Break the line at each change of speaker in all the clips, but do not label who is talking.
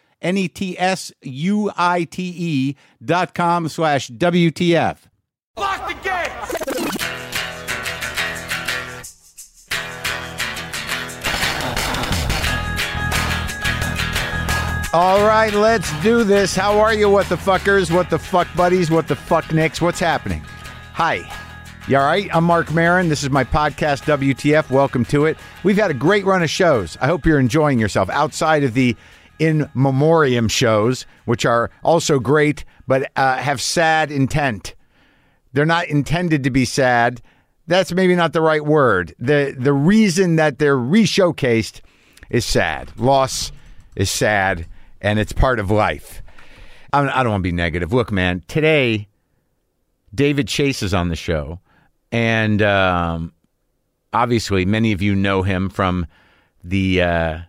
N E T S U I T E dot com slash WTF.
Lock the gate!
All right, let's do this. How are you, what the fuckers, what the fuck buddies, what the fuck nicks? What's happening? Hi. You all right? I'm Mark Marin. This is my podcast, WTF. Welcome to it. We've had a great run of shows. I hope you're enjoying yourself outside of the in memoriam shows, which are also great, but uh, have sad intent they're not intended to be sad. That's maybe not the right word. The the reason that they're re-showcased is sad. Loss is sad and it's part of life. I'm, I don't want to be negative. Look, man, today David Chase is on the show and um, obviously many of you know him from the uh,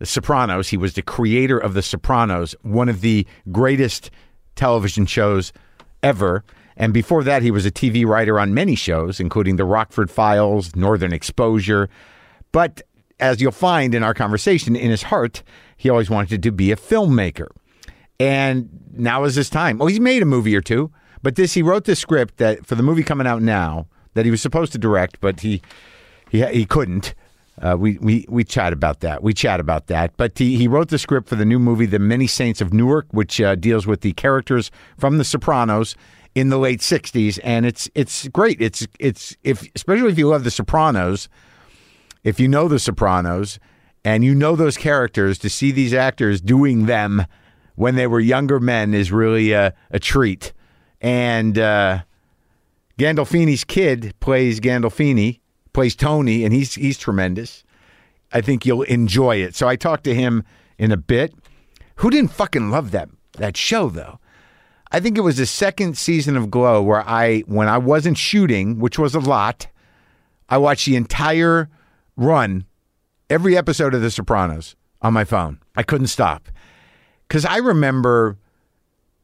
the Sopranos. He was the creator of The Sopranos, one of the greatest television shows ever. And before that, he was a TV writer on many shows, including The Rockford Files, Northern Exposure. But as you'll find in our conversation, in his heart, he always wanted to be a filmmaker. And now is his time. Well, he's made a movie or two, but this he wrote this script that for the movie coming out now that he was supposed to direct, but he he he couldn't. Uh, we we we chat about that. We chat about that. But he, he wrote the script for the new movie, The Many Saints of Newark, which uh, deals with the characters from The Sopranos in the late '60s, and it's it's great. It's it's if especially if you love The Sopranos, if you know The Sopranos and you know those characters, to see these actors doing them when they were younger men is really a, a treat. And uh, Gandolfini's kid plays Gandolfini, plays Tony, and he's he's tremendous. I think you'll enjoy it. So I talked to him in a bit. Who didn't fucking love that that show though? I think it was the second season of Glow where I when I wasn't shooting, which was a lot, I watched the entire run, every episode of The Sopranos on my phone. I couldn't stop. Cuz I remember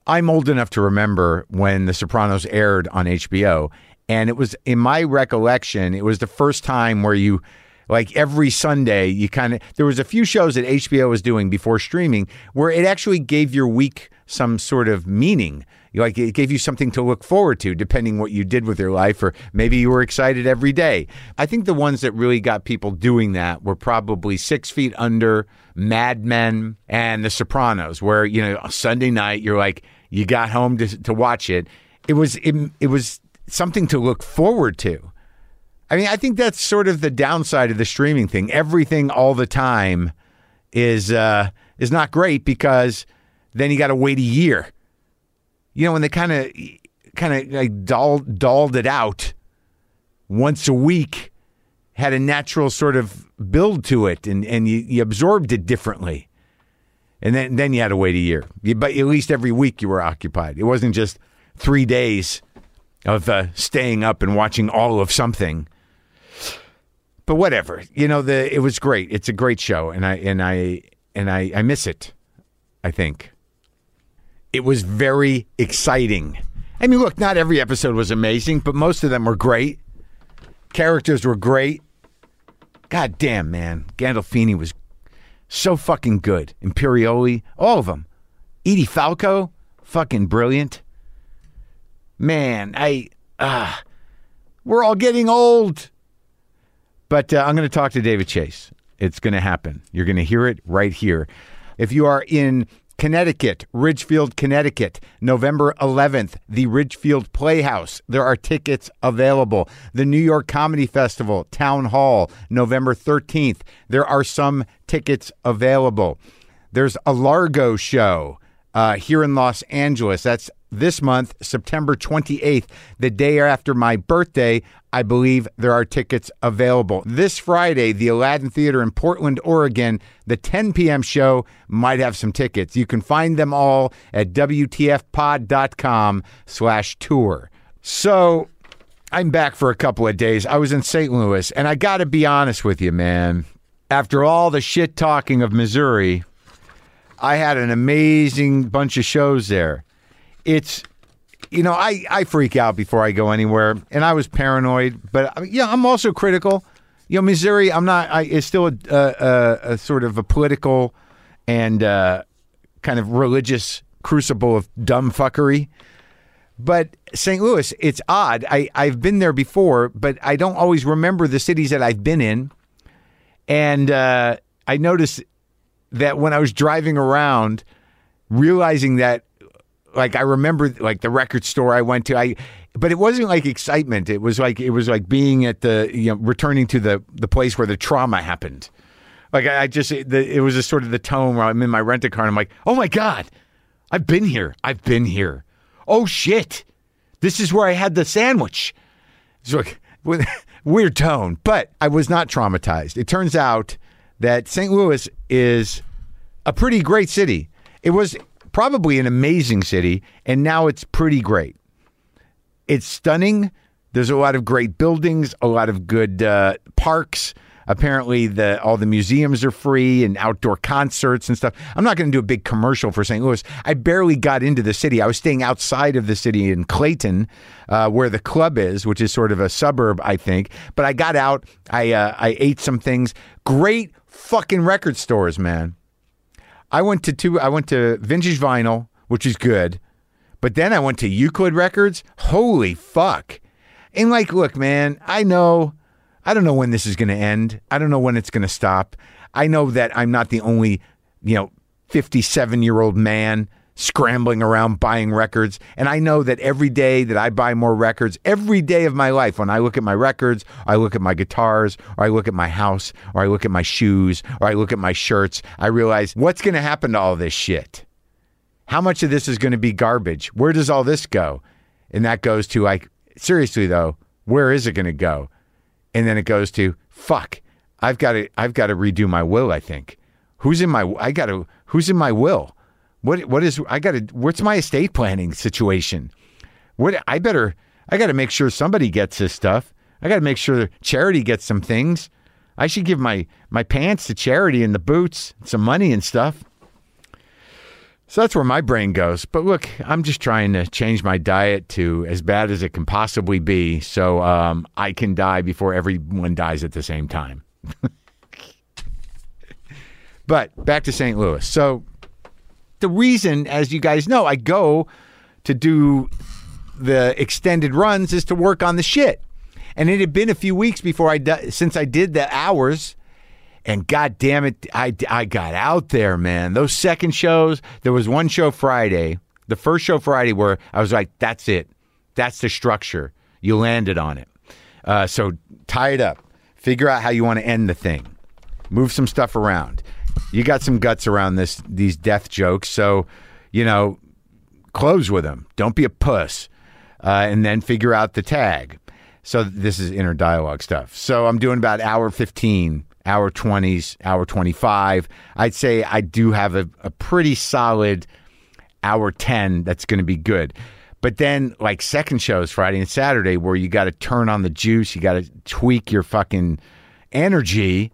I'm old enough to remember when The Sopranos aired on HBO. And it was, in my recollection, it was the first time where you, like every Sunday, you kind of, there was a few shows that HBO was doing before streaming where it actually gave your week some sort of meaning. Like it gave you something to look forward to, depending what you did with your life, or maybe you were excited every day. I think the ones that really got people doing that were probably Six Feet Under, Mad Men, and The Sopranos, where you know Sunday night you're like you got home to, to watch it. It was it, it was something to look forward to. I mean, I think that's sort of the downside of the streaming thing. Everything all the time is uh, is not great because then you got to wait a year. You know, when they kind of kind of like doll, dolled it out once a week, had a natural sort of build to it, and and you, you absorbed it differently. And then then you had to wait a year, You- but at least every week you were occupied. It wasn't just three days of uh, staying up and watching all of something. But whatever, you know, the it was great. It's a great show, and I and I and I, I miss it. I think it was very exciting. I mean, look, not every episode was amazing, but most of them were great. Characters were great. God damn, man, Gandolfini was so fucking good. Imperioli, all of them. Edie Falco, fucking brilliant man, I ah, we're all getting old. But uh, I'm going to talk to David Chase. It's going to happen. You're going to hear it right here. If you are in Connecticut, Ridgefield, Connecticut, November 11th, the Ridgefield Playhouse. There are tickets available. The New York Comedy Festival, Town Hall, November 13th. There are some tickets available. There's a Largo show uh, here in Los Angeles. That's this month, September 28th, the day after my birthday. I believe there are tickets available. This Friday, the Aladdin Theater in Portland, Oregon, the 10 p.m. show might have some tickets. You can find them all at WTFpod.com slash tour. So I'm back for a couple of days. I was in St. Louis, and I got to be honest with you, man. After all the shit talking of Missouri, I had an amazing bunch of shows there. It's, you know, I, I freak out before I go anywhere, and I was paranoid, but I mean, yeah, I'm also critical. You know, Missouri, I'm not, I, it's still a, a, a, a sort of a political and uh, kind of religious crucible of dumb fuckery. But St. Louis, it's odd. I, I've been there before, but I don't always remember the cities that I've been in. And uh, I noticed that when I was driving around, realizing that, like, I remember like the record store I went to. I, but it wasn't like excitement. It was like it was like being at the you know returning to the the place where the trauma happened. Like I, I just it, the, it was just sort of the tone where I'm in my rental car and I'm like, oh my god, I've been here. I've been here. Oh shit, this is where I had the sandwich. It's like with weird tone, but I was not traumatized. It turns out that St. Louis is a pretty great city. It was probably an amazing city, and now it's pretty great. It's stunning. There's a lot of great buildings, a lot of good uh, parks. Apparently, the all the museums are free and outdoor concerts and stuff. I'm not going to do a big commercial for St. Louis. I barely got into the city. I was staying outside of the city in Clayton, uh, where the club is, which is sort of a suburb, I think. But I got out. I uh, I ate some things. Great fucking record stores, man. I went to two. I went to Vintage Vinyl, which is good, but then I went to Euclid Records. Holy fuck! And like, look, man, I know, I don't know when this is going to end. I don't know when it's going to stop. I know that I'm not the only, you know, 57 year old man scrambling around buying records. And I know that every day that I buy more records, every day of my life, when I look at my records, I look at my guitars, or I look at my house, or I look at my shoes, or I look at my shirts, I realize what's going to happen to all this shit? How much of this is going to be garbage? Where does all this go? And that goes to like, seriously though, where is it going to go? And then it goes to, fuck, I've got to, I've got to redo my will, I think. Who's in my, I got to, who's in my will? What what is I got to what's my estate planning situation? What I better I got to make sure somebody gets this stuff. I got to make sure charity gets some things. I should give my my pants to charity and the boots, some money and stuff. So that's where my brain goes. But look, I'm just trying to change my diet to as bad as it can possibly be, so um, I can die before everyone dies at the same time. but back to St. Louis. So the reason, as you guys know, I go to do the extended runs is to work on the shit. And it had been a few weeks before I do- since I did the hours. And god damn it, I, I got out there, man. Those second shows, there was one show Friday, the first show Friday, where I was like, that's it. That's the structure. You landed on it. Uh, so tie it up, figure out how you want to end the thing, move some stuff around you got some guts around this these death jokes, so you know, close with them. Don't be a puss, uh, and then figure out the tag. So this is inner dialogue stuff. So I'm doing about hour fifteen, hour twenties, hour twenty five. I'd say I do have a, a pretty solid hour ten. That's going to be good. But then, like second shows Friday and Saturday, where you got to turn on the juice, you got to tweak your fucking energy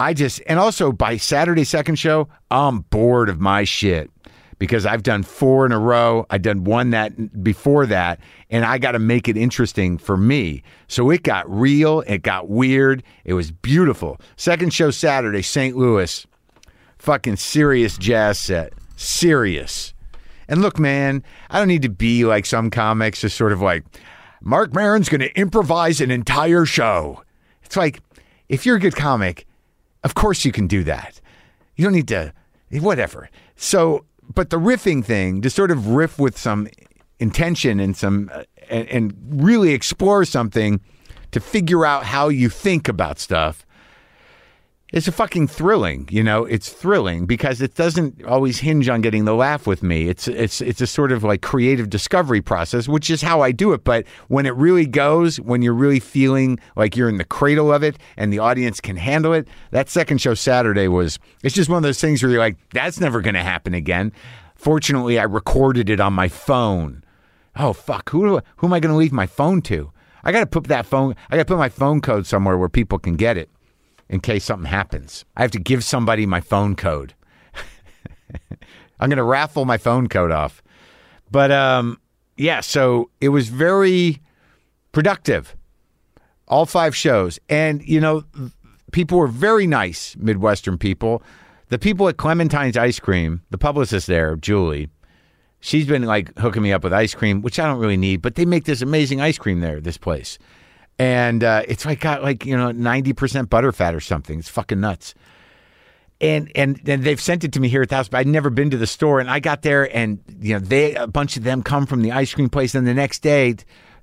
I just and also by Saturday second show, I'm bored of my shit because I've done four in a row. I've done one that before that, and I got to make it interesting for me. So it got real, it got weird, it was beautiful. Second show Saturday, St. Louis, fucking serious jazz set, serious. And look, man, I don't need to be like some comics, just sort of like Mark Maron's going to improvise an entire show. It's like if you're a good comic. Of course you can do that. You don't need to, whatever. So, but the riffing thing, to sort of riff with some intention and some, uh, and, and really explore something to figure out how you think about stuff. It's a fucking thrilling, you know. It's thrilling because it doesn't always hinge on getting the laugh with me. It's it's it's a sort of like creative discovery process, which is how I do it. But when it really goes, when you're really feeling like you're in the cradle of it and the audience can handle it, that second show Saturday was it's just one of those things where you're like, that's never going to happen again. Fortunately, I recorded it on my phone. Oh fuck, who do I- who am I going to leave my phone to? I got to put that phone. I got to put my phone code somewhere where people can get it in case something happens. I have to give somebody my phone code. I'm going to raffle my phone code off. But um, yeah, so it was very productive, all five shows. And, you know, people were very nice, Midwestern people. The people at Clementine's Ice Cream, the publicist there, Julie, she's been like hooking me up with ice cream, which I don't really need, but they make this amazing ice cream there, this place. And uh, it's like got like, you know, 90% butterfat or something. It's fucking nuts. And, and and they've sent it to me here at the house, but I'd never been to the store. And I got there, and you know, they a bunch of them come from the ice cream place. And the next day,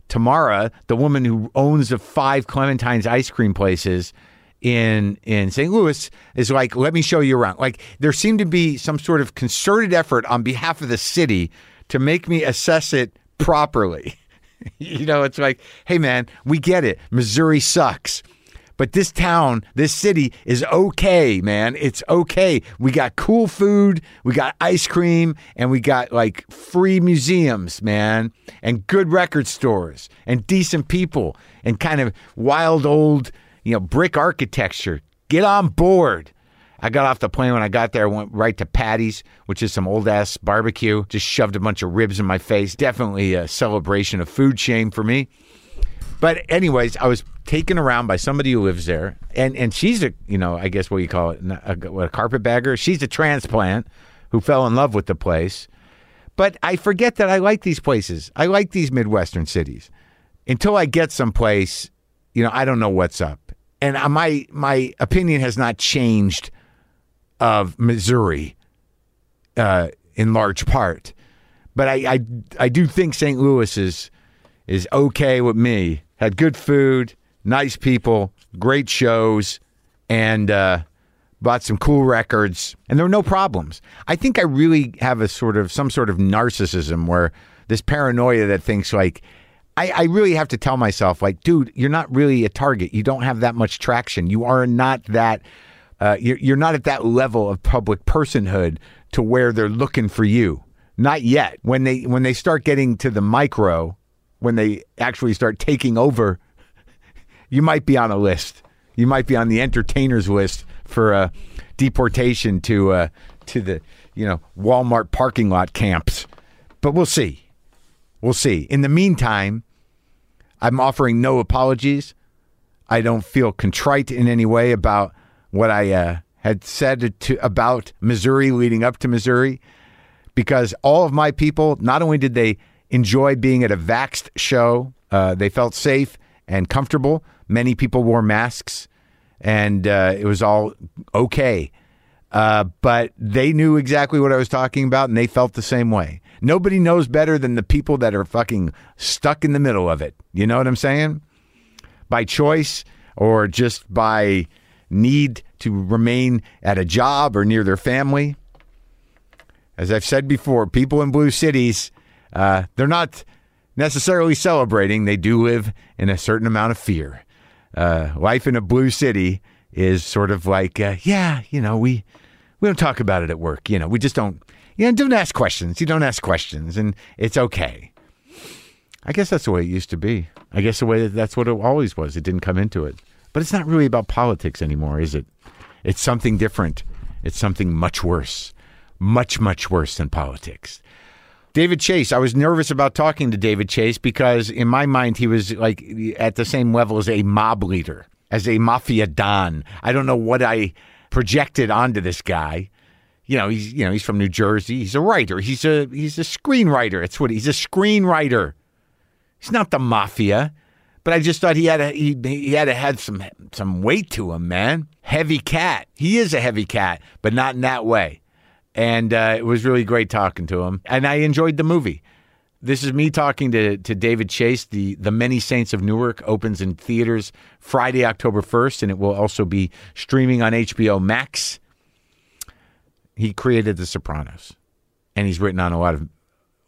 Tamara, the woman who owns the five Clementine's ice cream places in in St. Louis, is like, "Let me show you around." Like there seemed to be some sort of concerted effort on behalf of the city to make me assess it properly. you know, it's like, "Hey, man, we get it. Missouri sucks." But this town, this city is okay, man. It's okay. We got cool food, we got ice cream, and we got like free museums, man, and good record stores, and decent people, and kind of wild old, you know, brick architecture. Get on board. I got off the plane when I got there, went right to Patty's, which is some old ass barbecue. Just shoved a bunch of ribs in my face. Definitely a celebration of food shame for me. But anyways, I was taken around by somebody who lives there, and and she's a you know I guess what you call it a, a, what, a carpetbagger. She's a transplant who fell in love with the place. But I forget that I like these places. I like these midwestern cities. Until I get someplace, you know, I don't know what's up, and I, my my opinion has not changed of Missouri uh, in large part. But I, I I do think St. Louis is is okay with me. Had good food, nice people, great shows, and uh, bought some cool records. And there were no problems. I think I really have a sort of some sort of narcissism where this paranoia that thinks like. I, I really have to tell myself, like, dude, you're not really a target. You don't have that much traction. You are not that uh, you're, you're not at that level of public personhood to where they're looking for you. Not yet. When they when they start getting to the micro, when they actually start taking over, you might be on a list. You might be on the entertainers list for uh, deportation to uh, to the you know Walmart parking lot camps. But we'll see. We'll see. In the meantime, I'm offering no apologies. I don't feel contrite in any way about what I uh, had said to, about Missouri leading up to Missouri, because all of my people not only did they enjoy being at a vaxxed show, uh, they felt safe and comfortable. Many people wore masks, and uh, it was all okay. Uh, but they knew exactly what I was talking about and they felt the same way. Nobody knows better than the people that are fucking stuck in the middle of it. You know what I'm saying? By choice or just by need to remain at a job or near their family. As I've said before, people in blue cities, uh, they're not necessarily celebrating. They do live in a certain amount of fear. Uh, life in a blue city is sort of like, uh, yeah, you know, we we don't talk about it at work. You know, we just don't. You know, don't ask questions. You don't ask questions, and it's okay. I guess that's the way it used to be. I guess the way that that's what it always was. It didn't come into it. But it's not really about politics anymore, is it? It's something different. It's something much worse. Much, much worse than politics. David Chase, I was nervous about talking to David Chase because in my mind he was like at the same level as a mob leader, as a mafia don. I don't know what I projected onto this guy. You know, he's you know, he's from New Jersey. He's a writer. He's a he's a screenwriter. It's what he's a screenwriter. He's not the mafia, but I just thought he had a he, he had to have some some weight to him, man. Heavy cat. He is a heavy cat, but not in that way.
and uh, it was really great talking to him. And I enjoyed the movie. This is me talking to, to David Chase. The The Many Saints of Newark opens in theaters Friday, October 1st, and it will also be streaming on HBO Max. He created The Sopranos, and he's written on a lot of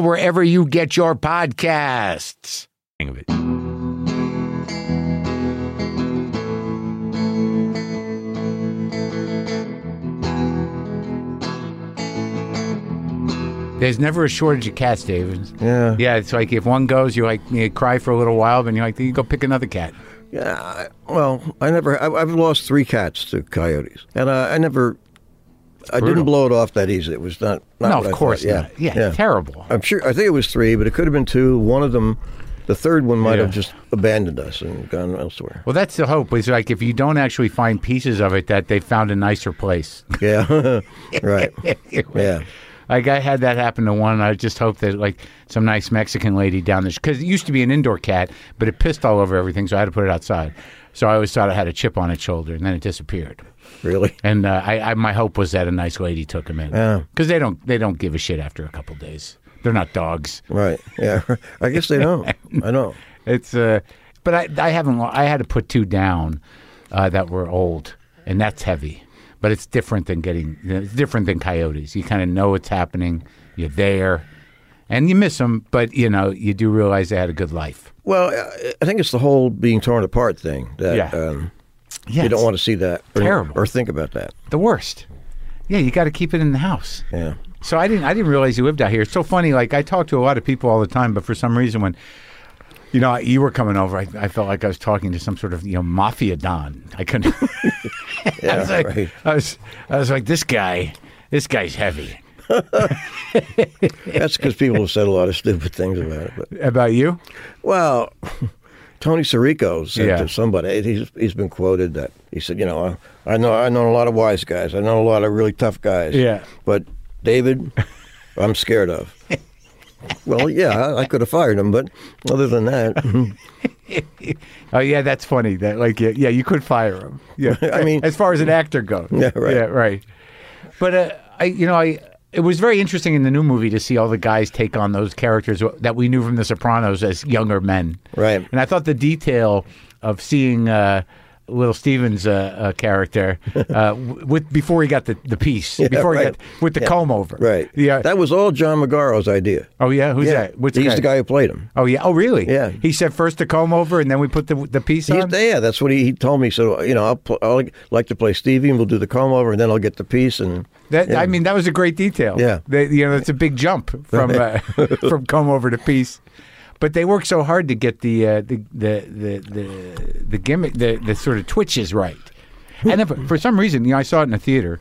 wherever you get your podcasts. There's never a shortage of cats, David.
Yeah.
Yeah, it's like if one goes, you like you cry for a little while, then you're like, you go pick another cat.
Yeah. I- Well, I never. I, I've lost three cats to coyotes, and uh, I never. I
brutal.
didn't blow it off that easy. It was not. not
No,
what I
of course
thought. Yeah.
not. Yeah, terrible.
I'm sure. I think it was three, but it could have been two. One of them, the third one, might
Yeah.
have just abandoned us and gone elsewhere.
Well, that's the hope. Is like if you don't actually find pieces of it, that they found a nicer place.
Yeah. right. Yeah.
Like I had that happen to one. I just hope that like some nice Mexican lady down there because it used to be an indoor cat, but it pissed all over everything, so I had to put it outside. So I always thought I had a chip on its shoulder, and then it disappeared.
Really.
And uh, I, I, my hope was that a nice lady took him in
Yeah.
because they don't they don't give a shit after a couple days. They're not dogs.
Right. Yeah. I guess they don't. I know.
It's uh, but I I haven't lo- I had to put two down uh, that were old, and that's heavy. But it's different than getting it's different than coyotes. You kind of know what's happening. You're there, and you miss them, but you know you do realize they had a good life.
Well, uh, I- I think it's the whole being torn apart thing that
Yeah.
um,
Yeah,
you don't want to see that or,
terrible.
or think about that.
the worst. Yeah, you got to keep it in the house.
Yeah.
So I didn't I didn't realize you lived out here. It's so funny. Like I talk to a lot of people all the time, but for some reason when you know you were coming over, I, I felt like I was talking to some sort of you know mafia don. I couldn't. I was like,
right.
I was I was like this guy. This guy's heavy.
That's because people have said a lot of stupid things about it. But
About you?
well, Tony Sirico said
Yeah.
to somebody, he's he's been quoted that he said, you know, I, I know I know a lot of wise guys, I know a lot of really tough guys.
Yeah.
But David, I'm scared of. well, yeah, I, I could have fired him, but other than that,
Oh yeah, that's funny. That like yeah, yeah you could fire him. Yeah,
I mean-
as far as an actor goes.
Yeah, right.
Yeah, right. But uh, I, you know, I it was very interesting in the new movie to see all the guys take on those characters that we knew from The Sopranos as younger men.
Right.
And I thought the detail of seeing. Uh, Little Steven's uh, uh, character uh, w- with before he got the, the piece before he
right.
got with the comb over
right?
yeah
that was all John McGarro's idea.
oh yeah who's
yeah,
that Which
he's the guy who played him.
oh yeah oh really
Yeah.
he said first the comb over and then we put the the piece
He's,
on
yeah, that's what he, he told me. So you know, I'll, pl- I'll like to play Stevie, and we'll do the comb over, and then I'll get the piece. And
That I mean, that was a great detail.
Yeah.
They- you know, it's a big jump from uh, from comb over to piece. But they work so hard to get the uh, the, the the the the gimmick, the the sort of twitches right. And then for, for some reason, you know, I saw it in a theater.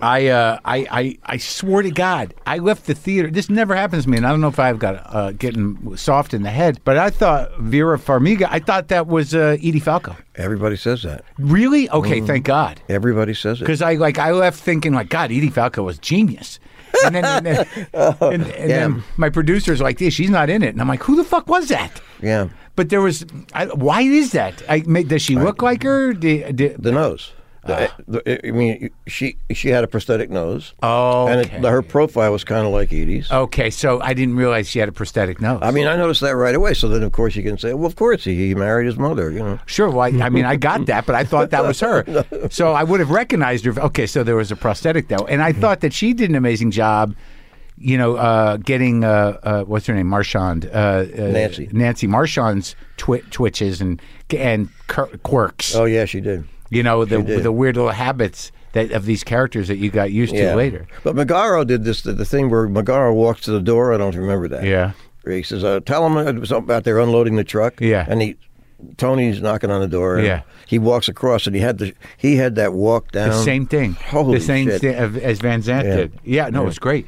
I, uh, I I I swear to God, I left the theater. This never happens to me, and I don't know if I've got uh, getting soft in the head. But I thought Vera Farmiga. I thought that was uh, Edie Falco.
everybody says that.
Really? Okay, thank God.
Everybody says it.
Because I like I left thinking like God, Edie Falco was genius, and then and then, and, and then my producer's like, yeah, she's not in it, and I'm like, who the fuck was that?
Yeah,
But there was, I, why is that? I, ma- does she look like her? Do, do,
the nose. The-
Ah.
the- I mean, she she had a prosthetic nose.
Oh,
and it, her profile was kind of like Edie's.
Okay, so I didn't realize she had a prosthetic nose.
I mean, I noticed that right away. So then, of course, you can say, "Well, of course, he, he married his mother." You know,
Sure. Well, I, I mean, I got that, but I thought that was her. So I would have recognized her. Okay, so there was a prosthetic though, and I thought that she did an amazing job. You know, uh, getting uh, uh, what's her name, Marchand, uh, uh,
Nancy.
Nancy Marchand's twi- twitches and and quir- quirks.
Oh yeah, she did.
you know, the
did.
the weird little habits that of these characters that you got used to later.
But Magaro did this the, the thing where Magaro walks to the door. I don't remember that.
Yeah.
He says, uh, "Tell him it was something about they're unloading the truck."
Yeah.
And he, Tony's knocking on the door. and
Yeah.
He walks across, and he had the he had that walk down.
The same thing.
Holy
the same
shit.
thing of- as Van Zant
Yeah.
did. Yeah, no, it's great.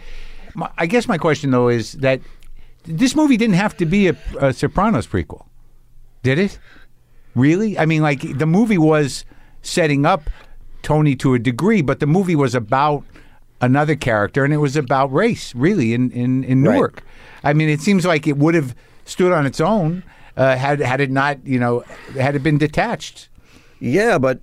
My, I guess my question though is that this movie didn't have to be a, a Sopranos prequel, did it? Really? I mean, like the movie was setting up Tony to a degree, but the movie was about another character, and it was about race, really, in in, in
Right.
Newark. I mean, it seems like it would have stood on its own uh, had had it not, you know, had it been detached.
Yeah, but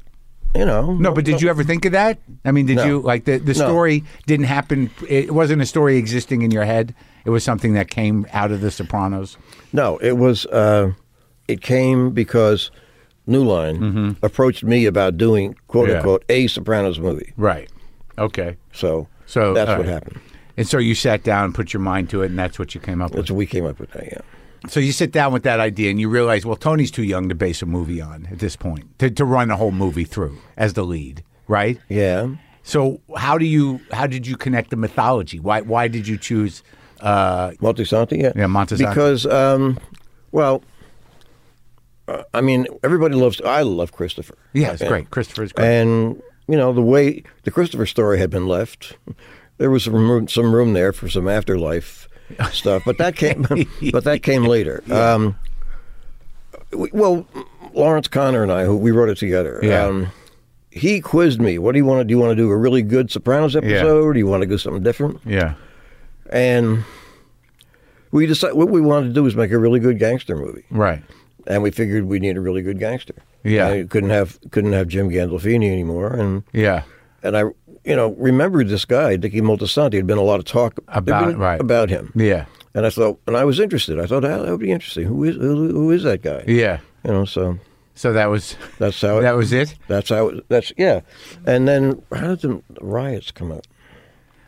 you know.
No, but did you ever think of that? I mean, did
No.
you like the the
No.
story didn't happen? It wasn't a story existing in your head. It was something that came out of The Sopranos.
No, it was. Uh, it came because New Line approached me about doing quote
Mm-hmm. Yeah.
unquote a Sopranos movie.
Right. Okay.
So
So
that's
all
what
right.
happened.
And so you sat down, put your mind to it, and that's what you came up
That's
with.
what we came up with that. Yeah.
So you sit down with that idea, and you realize, well, Tony's too young to base a movie on at this point to to run a whole movie through as the lead, right?
Yeah.
So how do you how did you connect the mythology? Why why did you choose? Uh,
Montesanti, yeah.
Yeah, Montesanti.
Because, um, well, uh, I mean, everybody loves, I love Christopher.
yeah, it's
And-
great. Christopher's great.
And, you know, the way the Christopher story had been left, there was some room, some room there for some afterlife stuff, but that came, but that came later. Um, we, well, Lawrence Connor and I, who we wrote it together. um,
Yeah.
he quizzed me. What do you want to do? You want to do a really good Sopranos episode? Or do you want to do something different?
yeah.
and we decided what we wanted to do was make a really good gangster movie,
Right.
and we figured we need a really good gangster.
Yeah.
And you couldn't have couldn't have Jim Gandolfini anymore, and
Yeah.
and I you know remembered this guy Dicky Moltisanti. Had been a lot of talk there'd
About-
been
right.
about him,
Yeah.
and I thought, and I was interested. I thought oh, that would be interesting. Who is who, who is that guy?
Yeah.
You know, so
So that was
that's how it,
that was it.
that's how it, that's yeah. And then how did the riots come up?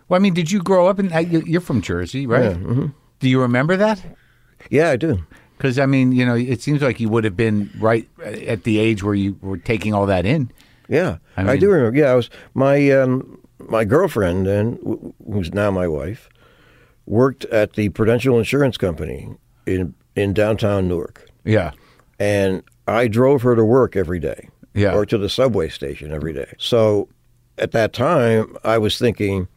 Well, I mean, did you grow up in? uh, you- You're from Jersey, right?
mm-hmm.
Do you remember that?
Yeah, I do.
Because I mean, you know, it seems like you would have been right uh, at the age where you were taking all that in.
Yeah,
I
I,
mean-
do remember. Yeah, I was my um, my girlfriend and w- who's now my wife worked at the Prudential Insurance Company in in downtown Newark,
Yeah.
and I drove her to work every day,
Yeah.
or to the subway station every day. So at that time, I was thinking.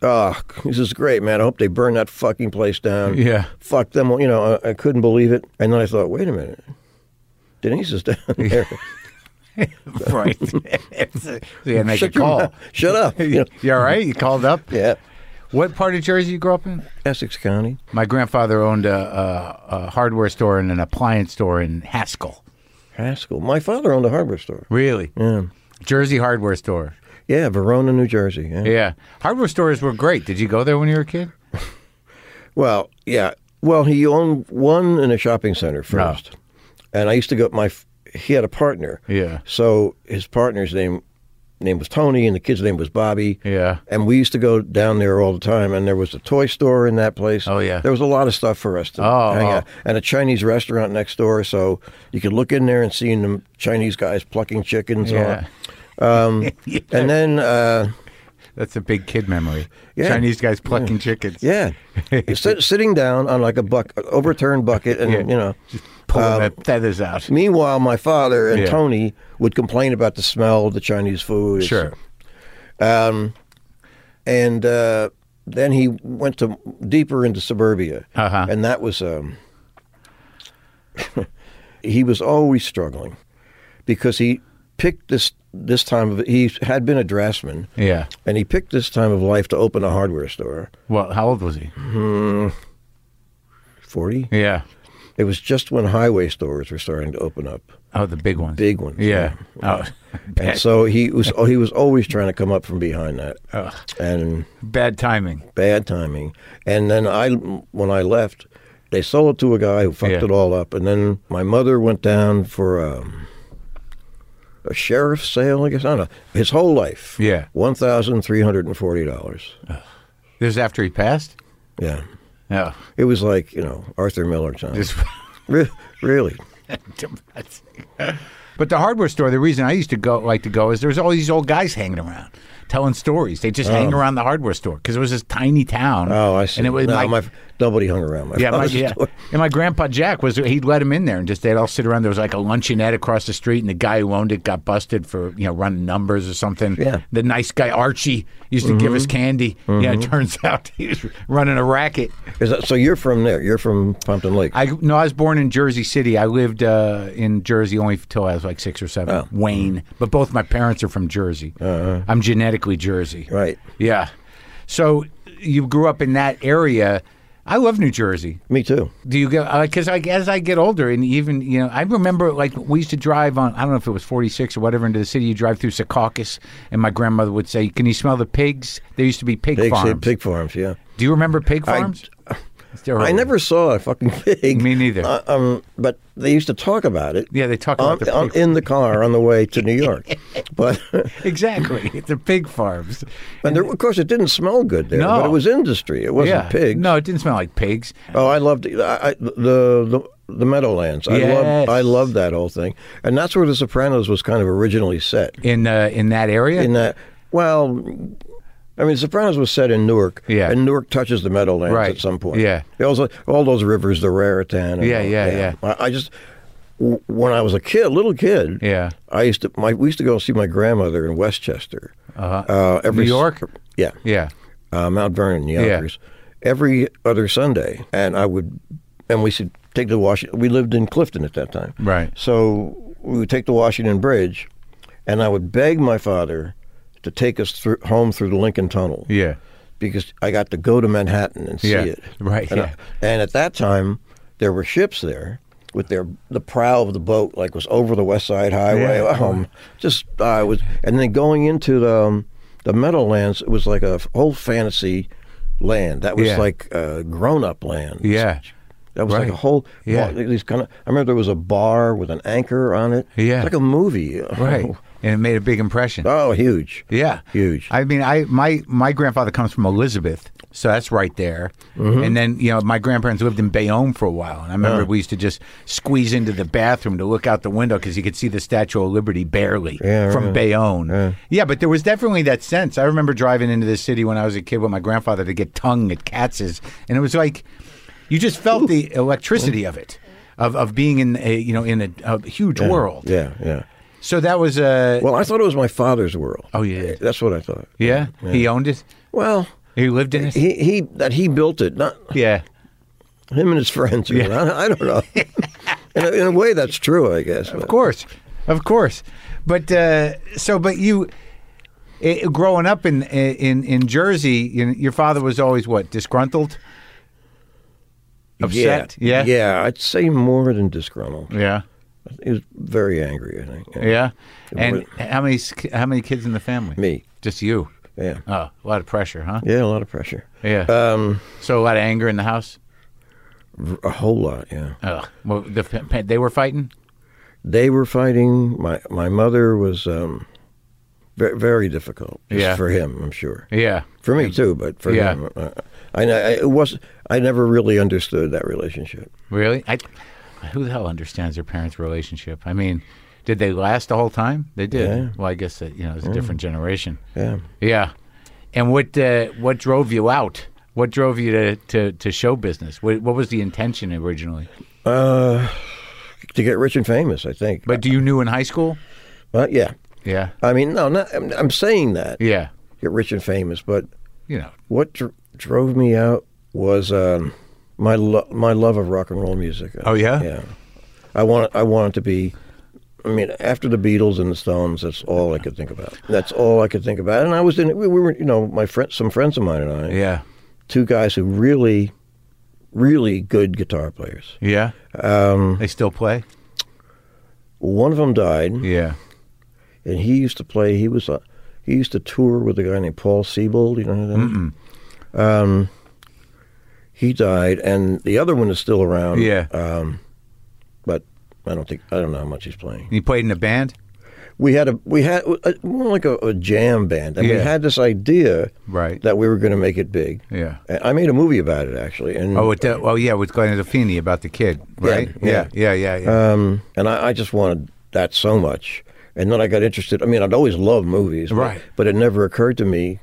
Oh, this is great, man. I hope they burn that fucking place down.
Yeah.
Fuck them. all," You know, I, I couldn't believe it. And then I thought, wait a minute. Denise is down there.
Right. so you had to make a
Shut your
call.
mouth. Shut up. You know,
You all right? You called up.
yeah.
What part of Jersey you grew up in?
Essex County.
My grandfather owned a, a, a hardware store and an appliance store in Haskell.
Haskell. My father owned a hardware store.
Really? Yeah. Jersey hardware store.
Yeah, Verona, New Jersey. Yeah.
Yeah. Hardware stores were great. Did you go there when you were a kid?
Well, yeah. Well, he owned one in a shopping
Ah.
center first, and I used to go. My f- he had a partner.
Yeah.
So his partner's name name was Tony, and the kid's name was Bobby.
Yeah.
And we used to go down there all the time. And there was a toy store in that place.
Oh, yeah.
There was a lot of stuff for us to
Oh,
hang
oh.
out, and a Chinese restaurant next door. So you could look in there and see them Chinese guys plucking chickens. and all that. And then. Uh,
That's a big kid memory.
Yeah.
Chinese guys plucking chickens.
Yeah, Sit, sitting down on like a buck overturned bucket, and
Yeah.
you know.
Pulling
Um,
their feathers out.
Meanwhile, my father and
Yeah.
Tony would complain about the smell of the Chinese food.
Sure.
And uh, then he went to deeper into suburbia,
Uh-huh.
and that was um, he was always struggling because he picked this this time of he had been a draftsman,
Yeah.
and he picked this time of life to open a hardware store.
Well, how old was he?
Forty.
Yeah.
It was just when highway stores were starting to open up,
Oh, the big ones.
big ones.
Yeah. Oh,
And so he was oh, he was always trying to come up from behind that, and
bad timing.
bad timing. And then I when I left, they sold it to a guy who fucked
Yeah.
it all up. And then my mother went down for um, a sheriff's sale. I guess I don't know. His whole life.
Yeah.
One thousand three hundred and forty dollars.
This is after he passed.
Yeah.
No,
It was like you know Arthur Miller time.
This-
Re- really.
but the hardware store. The reason I used to go, like to go, is there was all these old guys hanging around, telling stories. They just hang around the hardware store because it was this tiny town.
Oh, I see.
And it was
no,
like-
my, nobody hung around my
Yeah, my,
father's
yeah.
store.
And my grandpa Jack was he'd let him in there and just they'd all sit around. There was like a luncheonette across the street, and the guy who owned it got busted for you know running numbers or something.
Yeah.
The nice guy Archie used to give us candy. Yeah, it turns out he was running a racket.
Is that, so you're from there? You're from Pompton Lake.
I no, I was born in Jersey City. I lived uh, in Jersey only until I was like six or seven. Wayne, but both my parents are from Jersey. I'm genetically Jersey.
right.
Yeah. So you grew up in that area. I love New Jersey.
Me too.
Do you go? Because I as I get older, and even you know, I remember like we used to drive on. I don't know if it was forty six or whatever into the city. You drive through Secaucus, and my grandmother would say, "Can you smell the pigs?" There used to be pig
Pig
farms.
pig farms. Yeah.
Do you remember pig farms? It's
I
terrible.
never saw a fucking pig.
Me neither.
Uh, um, but they used to talk about it.
Yeah, they talk
on,
about the
on-
pig.
in the car on the way to New York. but
exactly. It's the pig farms.
and there, of course, it didn't smell good there.
No.
But it was industry. It wasn't
yeah.
pigs.
No, it didn't smell like pigs.
Oh, I loved it. I, I, the, the the Meadowlands. I
Yes.
loved I loved that whole thing, and that's where The Sopranos was kind of originally set.
In uh, in that area.
In that, well, I mean, Sopranos was set in Newark.
Yeah.
and Newark touches the Meadowlands
Right.
at some point.
Yeah.
They also all those rivers, the Raritan. and
Yeah,
all-
yeah, yeah.
I, I just w- when I was a kid, little kid.
Yeah.
I used to my we used to go see my grandmother in Westchester. uh every
Uh-huh. New York?
Yeah
yeah.
uh, Mount Vernon, the
Yeah.
Yonkers, every other Sunday, and I would, and we should take the Washington. We lived in Clifton at that time,
Right.
So we would take the Washington Bridge, and I would beg my father to take us through, home through the Lincoln Tunnel,
Yeah.
because I got to go to Manhattan and see
Yeah.
it,
Right,
And, I-
yeah.
and at that time, there were ships there. With their the prow of the boat, like was over the West Side Highway.
Yeah.
Um, just I was, and then going into the um, the Meadowlands, it was like a f- whole fantasy land. That was
Yeah.
like uh, grown up land.
Yeah.
that was like
Right.
a whole.
Yeah.
Yeah, these kind of. I remember there was a bar with an anchor on it.
Yeah.
it's like a movie.
Right. And it made a big impression.
Oh, huge.
Yeah,
Huge.
I mean, I my my grandfather comes from Elizabeth, so that's right there.
Mm-hmm.
And then you know, my grandparents lived in Bayonne for a while, and I remember we used to just squeeze into the bathroom to look out the window because you could see the Statue of Liberty barely
Yeah,
from
right.
Bayonne. Yeah. but there was definitely that sense. I remember driving into the city when I was a kid with my grandfather to get tongue at Katz's, and it was like you just felt the electricity of it. Of, of being in a you know in a, a huge world,
Yeah, yeah.
so that was uh,
Well, I thought it was my father's world.
Oh, you did?
that's what I thought.
yeah, he owned it,
Well,
he lived in it,
he he that he built it. Not
yeah,
him and his friends. you know, I, I don't know. in, a, in a way, that's true. I guess.
Of course, of course. But uh, so, but you, eh, growing up in eh, in in Jersey, you- your father was always what disgruntled, upset. Yeah,
yeah. I'd say more than disgruntled.
yeah,
He was very angry. I think.
yeah. And
was-
how many s- how many kids in the family?
Me.
just you.
Yeah.
Oh, a lot of pressure, huh?
Yeah, a lot of pressure.
Yeah.
Um,
so a lot of anger in the house.
a whole lot. Yeah.
Oh, well, the, pa- pa- they were fighting.
They were fighting. My my mother was um, very very difficult. Just
Yeah.
For him, I'm sure.
Yeah,
For me too, but for
Yeah.
him, uh, I, I it was I never really understood that relationship.
really. I, who the hell understands their parents' relationship? I mean, did they last the whole time? They did.
Yeah.
Well, I guess that you know it's a different generation.
Yeah.
Yeah. And what uh, what drove you out? What drove you to, to, to show business? What, what was the intention originally?
Uh, to get rich and famous, I think.
But do you knew in high school?
But yeah,
Yeah.
I mean, no, not, I'm, I'm saying that
Yeah.
get rich and famous. But
You know.
what dr- drove me out was um, my lo- my love of rock and roll music.
Oh, yeah?
yeah. I want I wanted to be. I mean, after the Beatles and the Stones, that's all I could think about. That's all I could think about. And I was in. We, we were, you know, my friend, some friends of mine and I,
Yeah.
two guys who really really good guitar players.
Yeah. Um, they still play.
One of them died,
Yeah.
and he used to play. He was a, he used to tour with a guy named Paul Siebold. You know who that? is? Um, he died, and the other one is still around.
Yeah.
um, but I don't think I don't know how much he's playing.
He played in a band.
We had a we had a, more like a, a jam band, and we
Yeah.
had this idea
Right.
that we were going to make it big.
Yeah.
And I made a movie about it actually, and
Oh, it, uh, oh yeah, with Glenn Feeney about the kid, right?
yeah.
yeah, yeah, yeah.
Um, and I, I just wanted that so much. And then I got interested. I mean, I'd always loved movies, but-
Right.
But it never occurred to me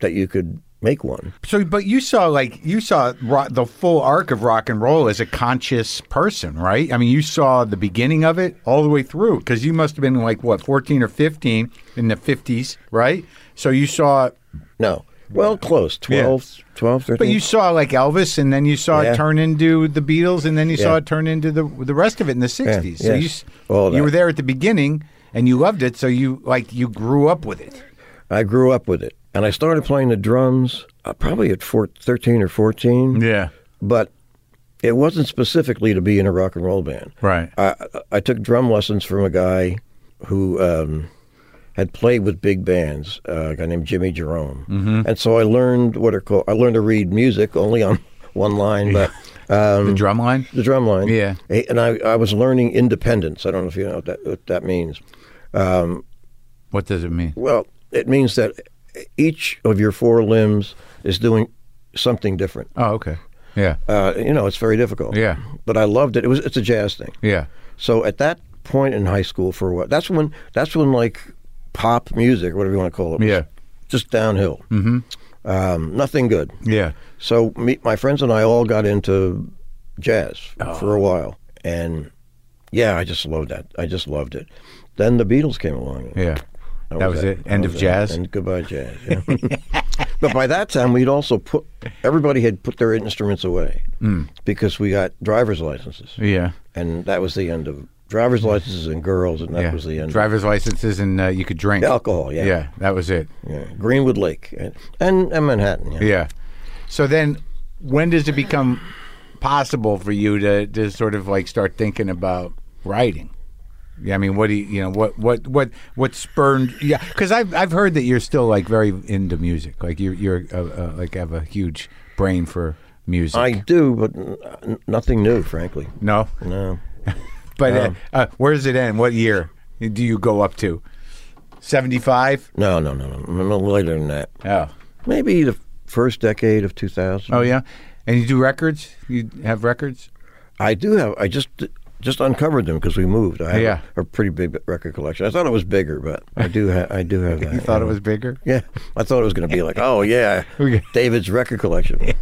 that you could make one.
so, but you saw like you saw ro- the full arc of rock and roll as a conscious person, right? I mean, you saw the beginning of it all the way through because you must have been like what fourteen or fifteen in the fifties, right? So you saw,
No, well, close 12, 12, 13.
but you saw like Elvis, and then you saw
Yeah.
it turn into the Beatles, and then you saw
Yeah.
it turn into the the rest of it in the sixties. So you
yes.
s-
All
you
that.
were there at the beginning and you loved it, so you like you grew up with it.
I grew up with it, and I started playing the drums uh, probably at four, thirteen or fourteen.
Yeah,
But it wasn't specifically to be in a rock and roll band.
right.
I, I took drum lessons from a guy who um, had played with big bands, uh, a guy named Jimmy Jerome,
Mm-hmm.
and so I learned what are called. I learned to read music only on one line, but um,
the drum line.
the drum line.
Yeah.
Eh, and I, I was learning independence. I don't know if you know what that, what that means.
What does it mean?
Well, it means that each of your four limbs is doing something different.
Oh, okay. Yeah.
Uh, you know, it's very difficult.
Yeah.
but I loved it. It was it's a jazz thing.
Yeah.
So at that point in high school, for what that's when that's when like pop music, whatever you want to call it, was
Yeah.
just downhill. Mm-hmm. Um, nothing good.
Yeah.
So me, my friends and I all got into jazz
Oh.
for a while, and yeah, I just loved that. I just loved it. Then the Beatles came along.
Yeah. That was it. End
That
of
was
jazz?
And goodbye, jazz. yeah. but by that time, we'd also put everybody had put their instruments away because we got driver's licenses
Hmm. Yeah.
and that was the end of driver's licenses and girls, and that was the end.
Driver's licenses and uh, you could drink.
of alcohol. Yeah,
Yeah. That was it.
yeah. Greenwood Lake and and, and Manhattan. Yeah.
Yeah. So then, when does it become possible for you to to sort of like start thinking about writing? Yeah, I mean, what do you, you know, what, what, what, what spurned? Yeah, because I've, I've heard that you're still like very into music. Like you're, you're, uh, uh, like have a huge brain for music.
I do, but n- nothing new, frankly.
no,
No,
But uh, uh, where does it end? What year do you go up to? Seventy-five.
no, no, no, no, no, no later than that.
Oh,
Maybe the first decade of two thousand.
oh yeah. And you do records? You have records?
I do have. I just just uncovered them because we moved. I have
Yeah.
a, a pretty big record collection. I thought it was bigger, but I do. Ha- I do have that.
You thought it
yeah.
was bigger?
Yeah, I thought it was going to be like, oh yeah,
Okay.
David's record collection.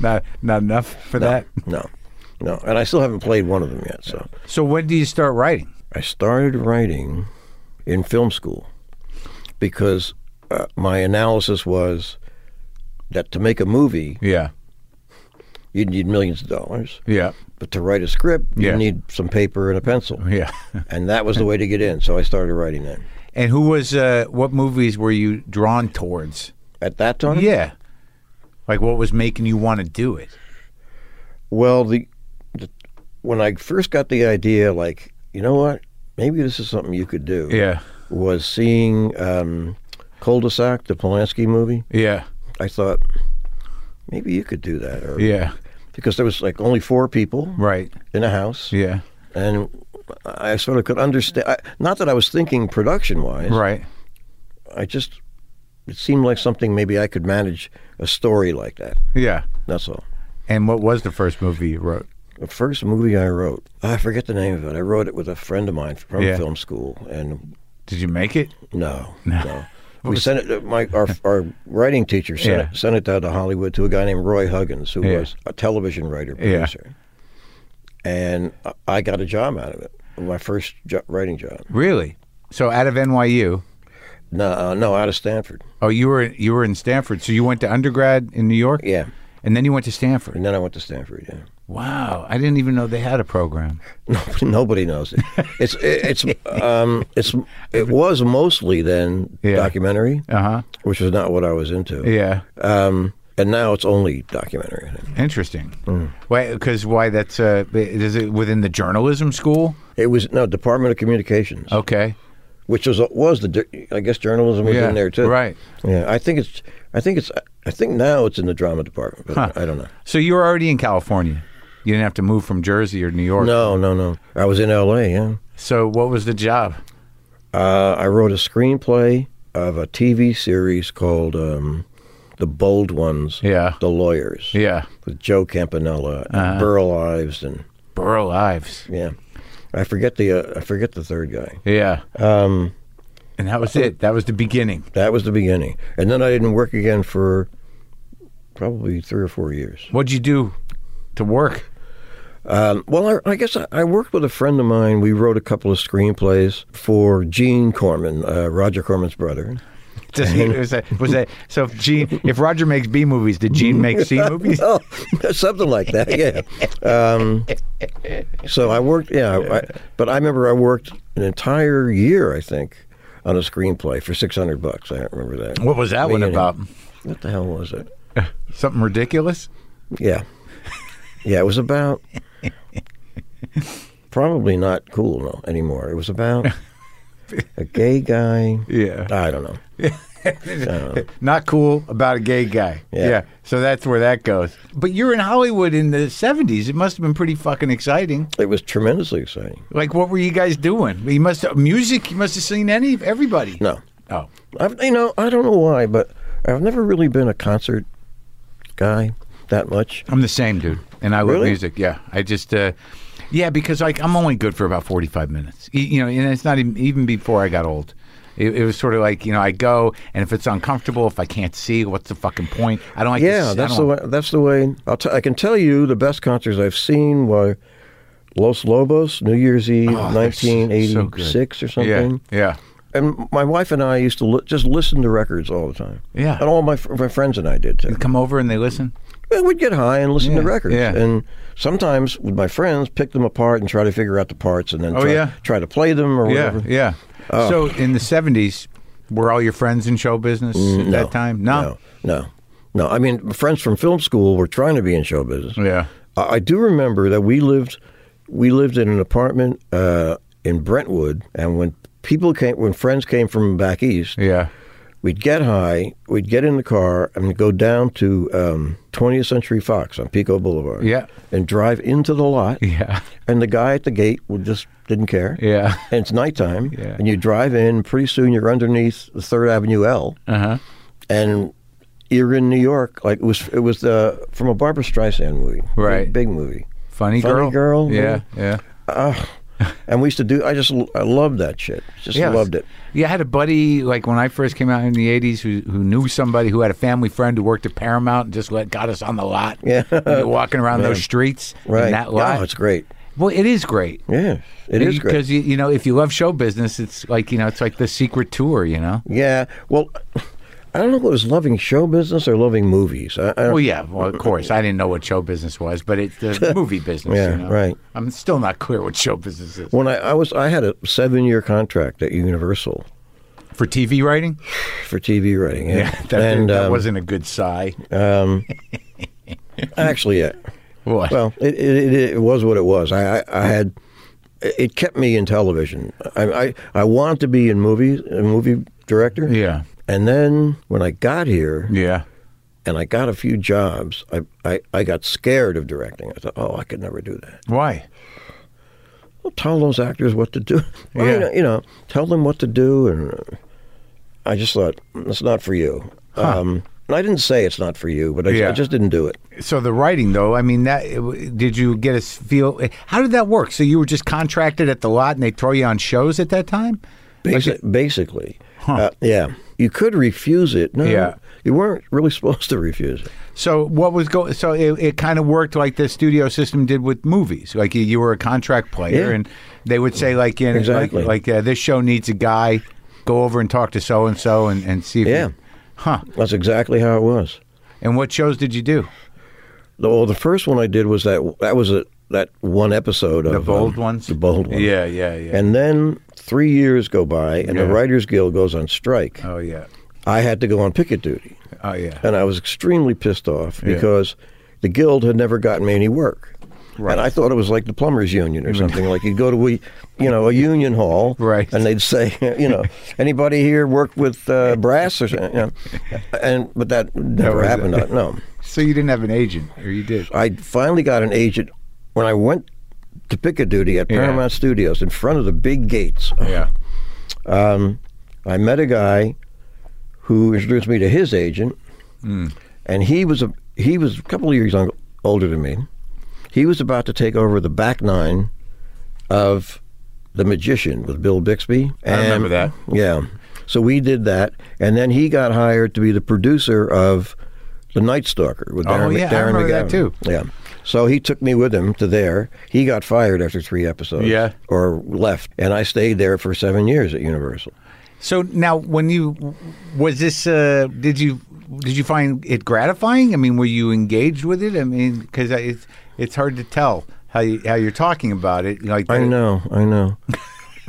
Not not enough for that.
No, no, and I still haven't played one of them yet. So
So when do you start writing?
I started writing in film school because uh, my analysis was that to make a movie
Yeah,
you'd need millions of dollars,
yeah,
but to write a script you
Yeah.
would need some paper and a pencil,
yeah.
and that was the way to get in. So I started writing that.
And who was? Uh, what movies were you drawn towards?
At that time,
Yeah, like what was making you want to do it?
Well, the, the when I first got the idea, like you know what, maybe this is something you could do.
Yeah,
was seeing um, Cul-de-sac, the Polanski movie.
yeah,
I thought maybe you could do that, or
yeah.
because there was like only four people
Right.
in a house,
Yeah.
and I sort of could understand. I, not that I was thinking production-wise,
Right.
I just it seemed like something maybe I could manage a story like that.
Yeah.
That's all.
And what was the first movie you wrote?
The first movie I wrote, I forget the name of it. I wrote it with a friend of mine from
Yeah.
film school, and
Did you make it?
no, no. We sent it. My our our writing teacher sent,
Yeah.
it, sent it down to Hollywood to a guy named Roy Huggins, who
Yeah.
was a television writer
Yeah.
producer. And I- I got a job out of it. My first jo- writing job.
Really? So out of NYU,
No, uh, no, out of Stanford.
oh, you were you were in Stanford. So you went to undergrad in New York.
Yeah,
and then you went to Stanford.
and then I went to Stanford. Yeah,
Wow, I didn't even know they had a program.
nobody, nobody knows it. It's it, it's um it's it was mostly then
Yeah.
documentary,
Uh huh.
which was not what I was into.
Yeah.
Um, and now it's only documentary.
Interesting. Why? Because why? That's uh, is it within the journalism school?
It was no Department of Communications,
Okay.
which was was the di- I guess journalism was
Yeah,
in there too.
right.
Yeah, I think it's I think it's I think now it's in the drama department, but
Huh.
I don't know.
So you were already in California. You didn't have to move from Jersey or New York.
No, no, no. I was in L.A. Yeah,
So what was the job?
uh, I wrote a screenplay of a TV series called um, The Bold Ones.
Yeah.
The Lawyers.
Yeah. Uh-huh.
with Joe Campanella, and Burl Ives, and
Burl Ives.
yeah, I forget the uh, I forget the third guy.
Yeah. Um, and that was it. That was the beginning.
That was the beginning, and then I didn't work again for probably three or four years.
What'd you do to work?
Um, well, I, I guess I, I worked with a friend of mine. We wrote a couple of screenplays for Gene Corman, uh, Roger Corman's brother.
Does he- was that, was that- so if Gene, if Roger makes B movies, did Gene make C movies?
Oh, something like that. Yeah. Um, so I worked. Yeah, I, but I remember I worked an entire year, I think, on a screenplay for six hundred bucks. I don't remember that.
What was that one
Beginning.
about?
What the hell was it?
Something ridiculous?
Yeah, yeah. It was about probably not cool no, anymore. It was about a gay guy.
Yeah.
I don't know.
Not cool about a gay guy.
Yeah.
So that's where that goes. But you're in Hollywood in the 70s. It must have been pretty fucking exciting.
It was tremendously exciting.
Like, what were you guys doing? You must music. You must have seen any everybody.
No,
Oh,
I've, you know, I don't know why, but I've never really been a concert guy that much.
I'm the same dude, and I love
Really?
music. Yeah, I just, uh, yeah, because like I'm only good for about 45 minutes. Y- You know, and it's not even, even before I got old. It, it was sort of like you know I go, and if it's uncomfortable, if I can't see, what's the fucking point? I don't like. to s-
Yeah,
I
that's
don't-
the way. That's the way. I'll t- I can tell you the best concerts I've seen were Los Lobos, New Year's Eve,
Oh, they're s- so good.
1986 or something.
Yeah, yeah.
And my wife and I used to li- just listen to records all the time.
Yeah.
and all my fr- my friends and I did too.
Come over and they listen.
And we'd get high and listen
Yeah,
to records.
yeah.
And sometimes with my friends, pick them apart and try to figure out the parts, and then
Oh,
try,
yeah.
try to play them or
Yeah,
whatever. Oh.
yeah. So in the 70s, were all your friends in show business at
Mm, No,
that time? No.
no, no, no. I mean, friends from film school were trying to be in show business.
Yeah.
I I do remember that we lived we lived in an apartment uh, in Brentwood, and when people came, when friends came from back east,
Yeah.
we'd get high, we'd get in the car, and go down to um, 20th Century Fox on Pico Boulevard,
Yeah.
and drive into the lot,
Yeah.
and the guy at the gate would just didn't care,
Yeah.
and it's nighttime,
Yeah.
and you drive in, pretty soon you're underneath the Third Avenue L,
Uh huh.
and you're in New York, like it was it was the from a Barbara Streisand movie,
Right.
big, big movie.
Funny,
Funny
girl.
Girl,
Yeah. Yeah.
And we used to do. I just I loved that shit. Just
Yeah,
loved it.
Yeah, I had a buddy like when I first came out in the '80s who who knew somebody who had a family friend who worked at Paramount and just let got us on the lot.
Yeah.
You're walking around those streets
Right.
in that lot.
Oh, it's great.
well, it is great.
Yeah, it is great.
because you, you know if you love show business, it's like you know it's like the secret tour. You know.
Yeah. Well, I don't know if it was loving show business or loving movies. I, I don't,
Well, yeah, well, of course. I didn't know what show business was, but it's the movie business.
Yeah,
you know?
right.
I'm still not clear what show business is.
When I, I was, I had a seven-year contract at Universal
For TV writing?
for TV writing. Yeah,
that,
and
that
um,
wasn't a good sigh.
actually it.
What?
Well, it, it, it, it was what it was. I, I, I had it it kept me in television. I, I I wanted to be in movies, a movie director.
yeah.
And then when I got here,
Yeah.
and I got a few jobs, I, I, I got scared of directing. I thought, oh, I could never do that.
Why?
Well, tell those actors what to do. Well,
Yeah.
you, know, you know, tell them what to do. And uh, I just thought, "Mm, it's not for you. Um, and I didn't say it's not for you, but I,
Yeah.
I just didn't do it.
So the writing, though, I mean, that did you get a s- feel? eh, How did that work? So you were just contracted at the lot, and they throw you on shows at that time?
Basi- basically. Uh, yeah. You could refuse it. No,
Yeah.
you weren't really supposed to refuse it.
So what was going? So it, it kind of worked like the studio system did with movies. Like you, you were a contract player,
Yeah.
and they would say like, you know,
Exactly.
like, like uh, this show needs a guy. Go over and talk to so and so, and see. If
Yeah.
you- huh.
That's exactly how it was.
And what shows did you do?
The, well, the first one I did was that, that was a, that one episode of
The bold
um,
ones.
The bold ones.
Yeah, yeah, yeah.
And then three years go by, and
Yeah.
the Writers Guild goes on strike.
oh yeah.
I had to go on picket duty.
Oh, yeah.
And I was extremely pissed off because the guild had never gotten me any work.
Right.
And I thought it was like the plumbers union or something. like you'd go to a, you know, a union hall,
Right.
And they'd say, you know, anybody here work with uh, brass or something? You know? And but that never
was it.
happened. I- No,
So you didn't have an agent, or you did?
I finally got an agent when I went to pick a duty at
Yeah.
Paramount Studios in front of the big gates.
Yeah.
I met a guy who introduced me to his agent,
Hmm.
and he was a he was a couple of years on, older than me. He was about to take over the back nine of the Magician with Bill Bixby.
I remember that.
Yeah, so we did that, and then he got hired to be the producer of the Night Stalker with
Oh,
Darren,
yeah, I
Darren
remember that
McGavin.
too.
Yeah. So he took me with him to there. He got fired after three episodes.
Yeah.
Or left. And I stayed there for seven years at Universal.
So now, when you was this, uh, did you did you find it gratifying? I mean, were you engaged with it? I mean, because it's it's hard to tell how you, how you're talking about it. Like
I know, I know.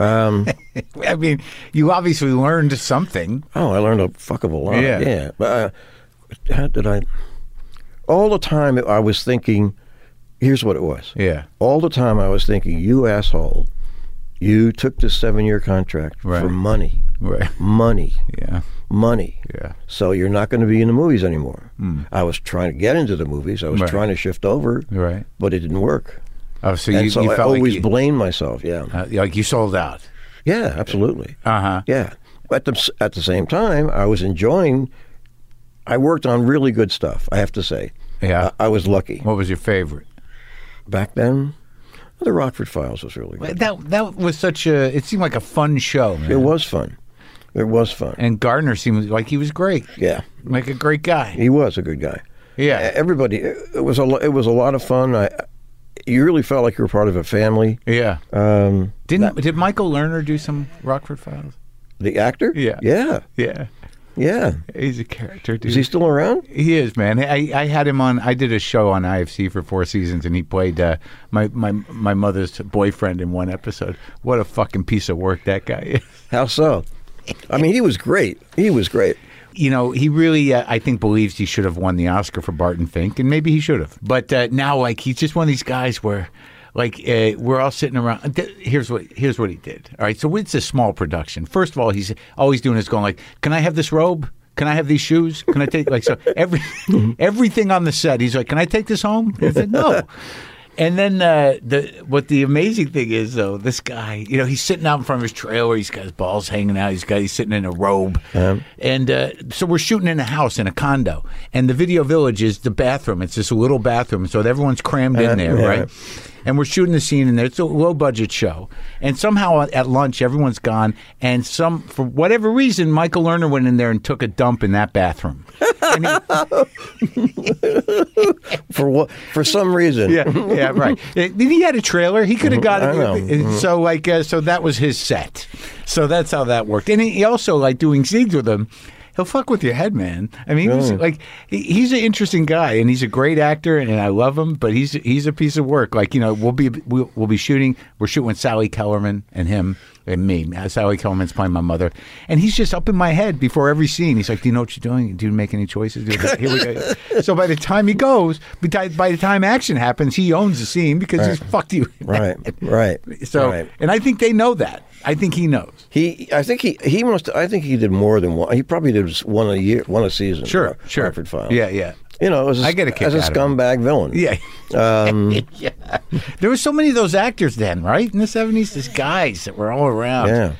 I mean, you obviously learned something.
Oh, I learned a fuck of a lot.
Yeah.
yeah. But uh, how did I? All the time I was thinking, here's what it was.
Yeah.
All the time I was thinking, you asshole, you took this seven-year contract for
Right.
money,
Right.
money,
Yeah.
money.
Yeah. Hmm.
So you're not going to be in the movies anymore. I was trying to get into the movies. I was
Right.
trying to shift over,
Right.
but it didn't work.
Oh, so
and
you,
so
you
I
felt
always
like you,
blame myself. Yeah.
uh, like you sold out.
Yeah, absolutely.
Uh huh.
Yeah. At the, at the same time, I was enjoying, I worked on really good stuff, I have to say.
Yeah.
I, I was lucky.
What was your favorite?
Back then, the Rockford Files was really good.
That that was such a. It seemed like a fun show. man.
It was fun. It was fun.
And Gardner seemed like he was great.
yeah.
Like a great guy.
He was a good guy. E,
Yeah.
Everybody, it was a, lo- it was a lot of fun. I, you really felt like you were part of a family.
Yeah.
Um,
Didn't did Michael Lerner do some Rockford Files?
the actor?
Yeah.
Yeah.
Yeah,
Yeah.
he's a character. Dude.
Is he still around?
He is, man. I, I had him on. I did a show on IFC for four seasons, and he played uh, my my my mother's boyfriend in one episode. What a fucking piece of work that guy is.
How so? I mean, he was great. He was great.
You know, he really, uh, I think, believes he should have won the Oscar for Barton Fink, and maybe he should have. But uh, now, like, he's just one of these guys where, like, uh, we're all sitting around. Th- here's what here's what he did. All right, so it's a small production. First of all, he's always doing is going like, "Can I have this robe? Can I have these shoes? Can I take like so every everything on the set? He's like, "Can I take this home?" I said, "No." And then uh, the what the amazing thing is though, this guy, you know, he's sitting out in front of his trailer. He's got his balls hanging out. He's got he's sitting in a robe, and uh, so we're shooting in a house in a condo. And the video village is the bathroom. It's this little bathroom, so everyone's crammed in there,
yeah.
right? And we're shooting the scene in there. It's a low budget show, and somehow uh, at lunch everyone's gone, and some for whatever reason, Michael Lerner went in there and took a dump in that bathroom. And he-
For what? For some reason.
yeah, yeah, right. Uh, He had a trailer. He could have got
Mm-hmm. I know.
it. And So like, uh, so that was his set. So that's how that worked. And he he also like doing scenes with him. He'll fuck with your head, man. I mean, he was, like he- he's an interesting guy, and he's a great actor, and I love him. But he's he's a piece of work. Like you know, we'll be we'll, we'll be shooting. We're shooting with Sally Kellerman and him and me. Uh, Sally Kellerman's playing my mother, and he's just up in my head before every scene. He's like, "Do you know what you're doing? Do you make any choices?" Do you- Here we go. so by the time he goes, by by the time action happens, he owns the scene because he's fucked you.
Right. Right.
So,
right.
and I think they know that. I think he knows.
He, I think he, he must. I think he did more than one. He probably did one a year, one a season.
Sure,
for
sure.
Rockford Files.
Yeah, yeah.
You know, as a,
I get a kick
as a
out of it.
scumbag villain.
Yeah.
Um,
yeah. There were so many of those actors then, right? In the 70s, these guys that were all around.
yeah,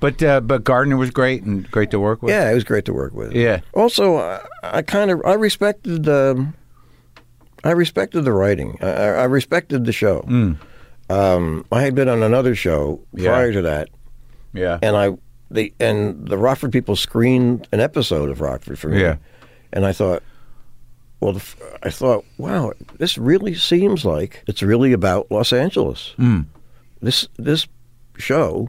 But uh, but Gardner was great and great to work with.
yeah. It was great to work with.
Yeah.
Also, I, I kind of I respected um, I respected the writing. I, I I respected the show. Um, I had been on another show
Hmm. Yeah.
prior to that,
Yeah.
and I the and the Rockford people screened an episode of Rockford for me.
Yeah.
And I thought, well, the, f- I thought, wow, this really seems like it's really about Los Angeles.
Hmm.
This this show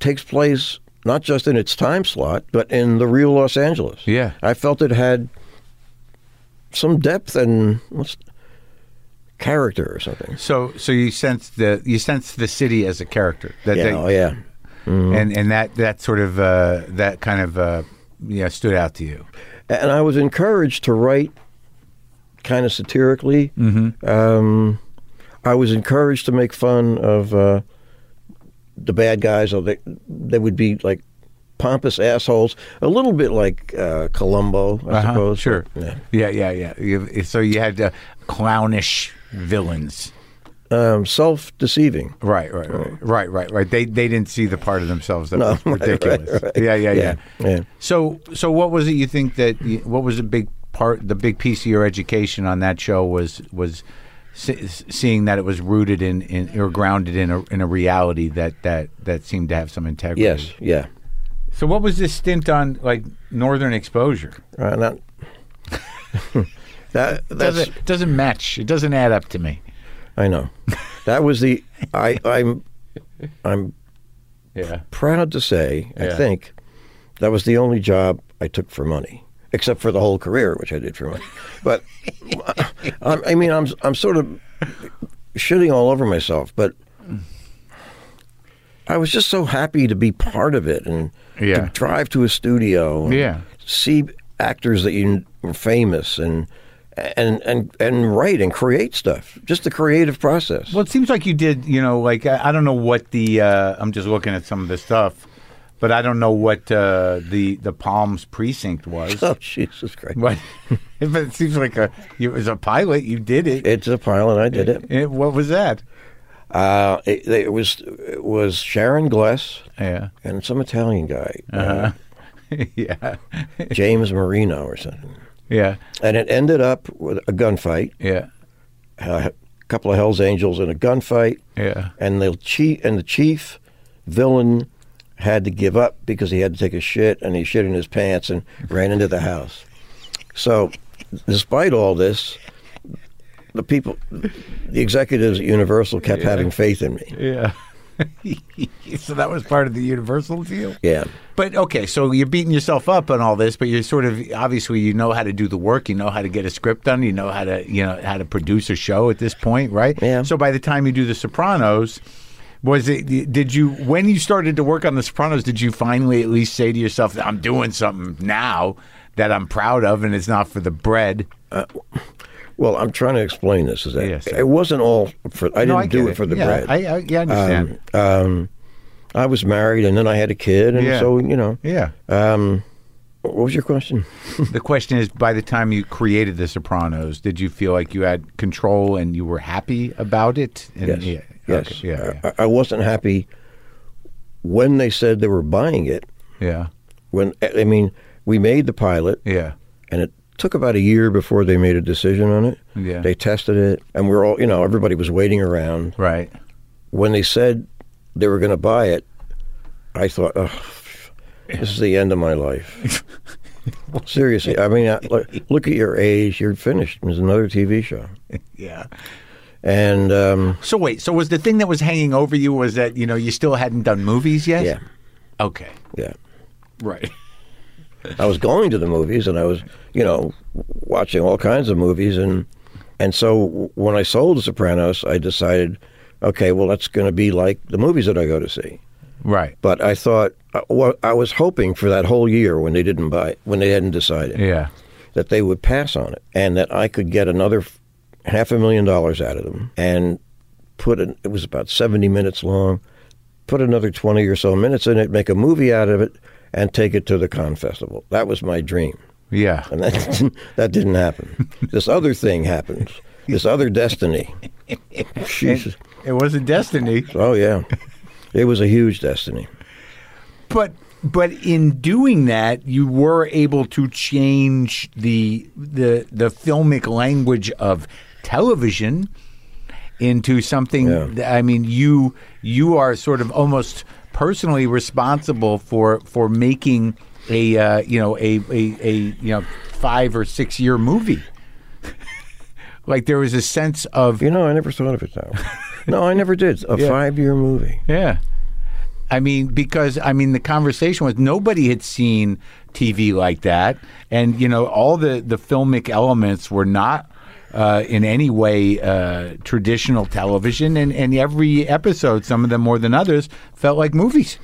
takes place not just in its time slot, but in the real Los Angeles.
Yeah.
I felt it had some depth and what's character or something.
So so you sense the you sense the city as a character. That
Yeah,
they-
oh yeah.
and and that that sort of uh, that kind of uh, yeah stood out to you.
and I was encouraged to write kind of satirically.
Mm-hmm.
Um, I was encouraged to make fun of uh, the bad guys, or they, they would be like pompous assholes, a little bit like uh, Columbo, I
Uh-huh,
suppose.
Sure.
Yeah.
Yeah, yeah, yeah. You- so you had uh, clownish villains.
Um, self-deceiving.
Right, right, right, right, right, right. They they didn't see the part of themselves that
Oh. No, right,
was
right,
ridiculous.
right.
Yeah, yeah, yeah,
Yeah, yeah.
So so what was it you think that you- what was the big part the big piece of your education on that show was was se- seeing that it was rooted in, in or grounded in a in a reality that that that seemed to have some integrity.
Yes. Yeah.
So what was this stint on like Northern Exposure?
Uh, not, that that's
Doesn't doesn't match. It doesn't add up to me.
I know. That was the I I'm I'm
Yeah.
proud to say I
Yeah.
think that was the only job I took for money, except for the whole career, which I did for money. But I, I mean, I'm I'm sort of shitting all over myself, but I was just so happy to be part of it and
Yeah.
to drive to a studio, and
Yeah.
see actors that you were famous and. And, and and write and create stuff. Just the creative process.
Well, it seems like you did. You know, like I, I don't know what the. Uh, I'm just looking at some of the stuff, but I don't know what uh, the the Palms precinct was.
Oh Jesus Christ!
but if it seems like a you as a pilot, you did it.
It's a pilot. I did it.
Eh, What was that?
Uh, it, it was it was Sharon Gless
Yeah, Uh-huh.
and some Italian guy, uh,
yeah,
James Marino or something.
yeah,
And it ended up with a gunfight,
yeah,
a couple of Hell's Angels in a gunfight,
yeah.
and the chief and the chief villain had to give up because he had to take a shit and he shit in his pants and ran into the house. So, despite all this, the people, the executives at Universal kept having faith in me.
Yeah. so that was part of the universal deal.
Yeah.
But okay, so you're beating yourself up on all this, but you're sort of obviously you know how to do the work, you know how to get a script done, you know how to you know how to produce a show at this point, right?
Yeah.
So by the time you do The Sopranos, was it did you when you started to work on The Sopranos, did you finally at least say to yourself, I'm doing something now that I'm proud of and it's not for the bread?
Well, I'm trying to explain this. Is that
Yes.
it wasn't all for? I didn't
No, I
do
get
it, for the
yeah,
bread.
I, I, yeah, I understand.
um, I was married, and then I had a kid, and
Yeah.
so you know.
yeah.
Um, what was your question?
The question is, by the time you created The Sopranos, did you feel like you had control and you were happy about it? And,
Yes.
Yeah,
Yes.
okay, yeah, yeah.
I, I wasn't happy when they said they were buying it.
yeah,
When I mean, we made the pilot,
yeah,
and it took about a year before they made a decision on it.
Yeah.
They tested it, and we were all you know everybody was waiting around.
right.
when they said they were going to buy it, I thought, oh, this is the end of my life. Seriously, I mean, I, look, look at your age. You're finished. There's another TV show,
Yeah.
and um,
So wait, so was the thing that was hanging over you was that you know you still hadn't done movies yet?
yeah,
Okay.
yeah.
Right.
I was going to the movies, and I was, you know, watching all kinds of movies, and and so when I sold The Sopranos, I decided, okay, well, that's going to be like the movies that I go to see.
Right.
But I thought, uh, well, I was hoping for that whole year when they didn't buy, it, when they hadn't decided.
Yeah.
that they would pass on it and that I could get another f- half a million dollars out of them and put an, it was about 70 minutes long, put another 20 or so minutes in it, make a movie out of it, and take it to the Cannes Festival. That was my dream.
Yeah.
And that didn't, that didn't happen. This other thing happened. This other destiny. Jesus.
It wasn't destiny.
Oh, yeah. It was a huge destiny.
But but in doing that, you were able to change the the the filmic language of television into something.
Yeah.
That, I mean, you you are sort of almost personally responsible for for making a uh, you know a, a a you know five or six year movie. like there was a sense of
You know, I never thought of it that way. No, I never did. A five year movie.
Yeah. I mean, because I mean, the conversation was nobody had seen TV like that, and you know, all the the filmic elements were not uh, in any way uh, traditional television, and and every episode, some of them more than others, felt like movies.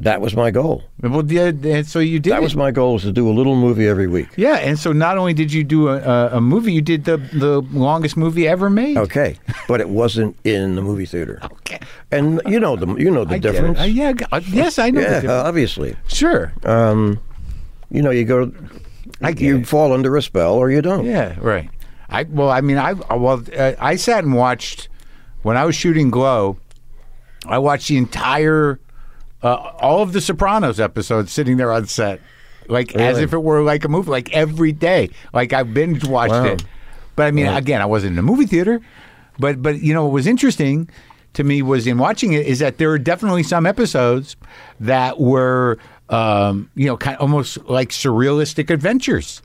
that was my goal.
Well, yeah, and so you did.
That
it.
was my goal: is to do a little movie every week.
yeah, and so not only did you do a, a, a movie, you did the the longest movie ever made.
Okay, but it wasn't in the movie theater.
Okay.
And you know the you know the
I get it.
difference.
Uh, yeah, g- uh, yes, I know. the
yeah,
difference.
obviously.
sure.
You know, you go.
I get
you
it.
fall under a spell, or you don't.
Yeah, right. I well, I mean, I I- well, uh, I sat and watched when I was shooting Glow. I watched the entire, uh, all of the Sopranos episodes sitting there on set, like as
Really?
if it were like a movie, like every day. Like I binge watched
Wow.
it. But I mean, again, I wasn't in a movie theater, but but you know what was interesting to me was in watching it is that there were definitely some episodes that were um, you know kind of almost like surrealistic adventures,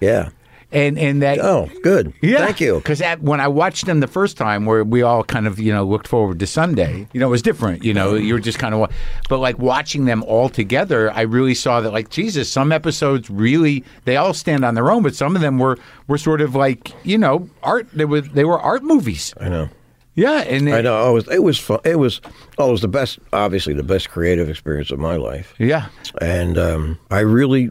Yeah.
and and that
Oh, good.
yeah.
Thank you.
Because when I watched them the first time, where we all kind of, you know, looked forward to Sunday, you know, it was different. You know, you were just kind of, wa- but like watching them all together, I really saw that, like, Jesus, some episodes really, they all stand on their own, but some of them were, were sort of like, you know, art, they were, they were art movies.
I know.
Yeah. And
I
it-
know. It was. It was fun. It was. Oh, it was the best. Obviously, the best creative experience of my life.
Yeah.
And um, I really,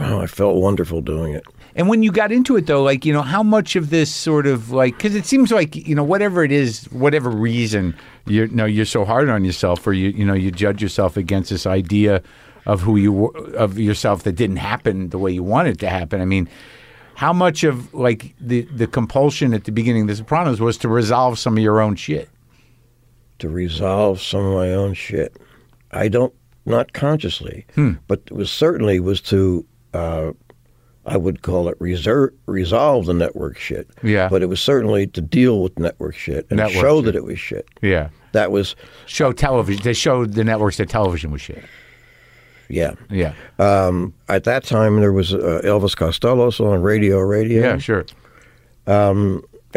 oh, I felt wonderful doing it.
And when you got into it, though, like, you know, how much of this sort of like, because it seems like, you know, whatever it is, whatever reason, you're, you know, you're so hard on yourself or you, you know, you judge yourself against this idea of who you were, of yourself that didn't happen the way you wanted it to happen. I mean, how much of like the, the compulsion at the beginning of The Sopranos was to resolve some of your own shit?
to resolve some of my own shit. I don't, not consciously,
Hmm.
but it was certainly was to, uh, I would call it reserve, resolve the network shit.
Yeah.
But it was certainly to deal with network shit and
Network
show
shit.
that it was shit.
Yeah.
That was,
Show television. They showed the networks that television was shit.
yeah.
Yeah.
Um, at that time, there was uh, Elvis Costello on Radio Radio.
Yeah, sure.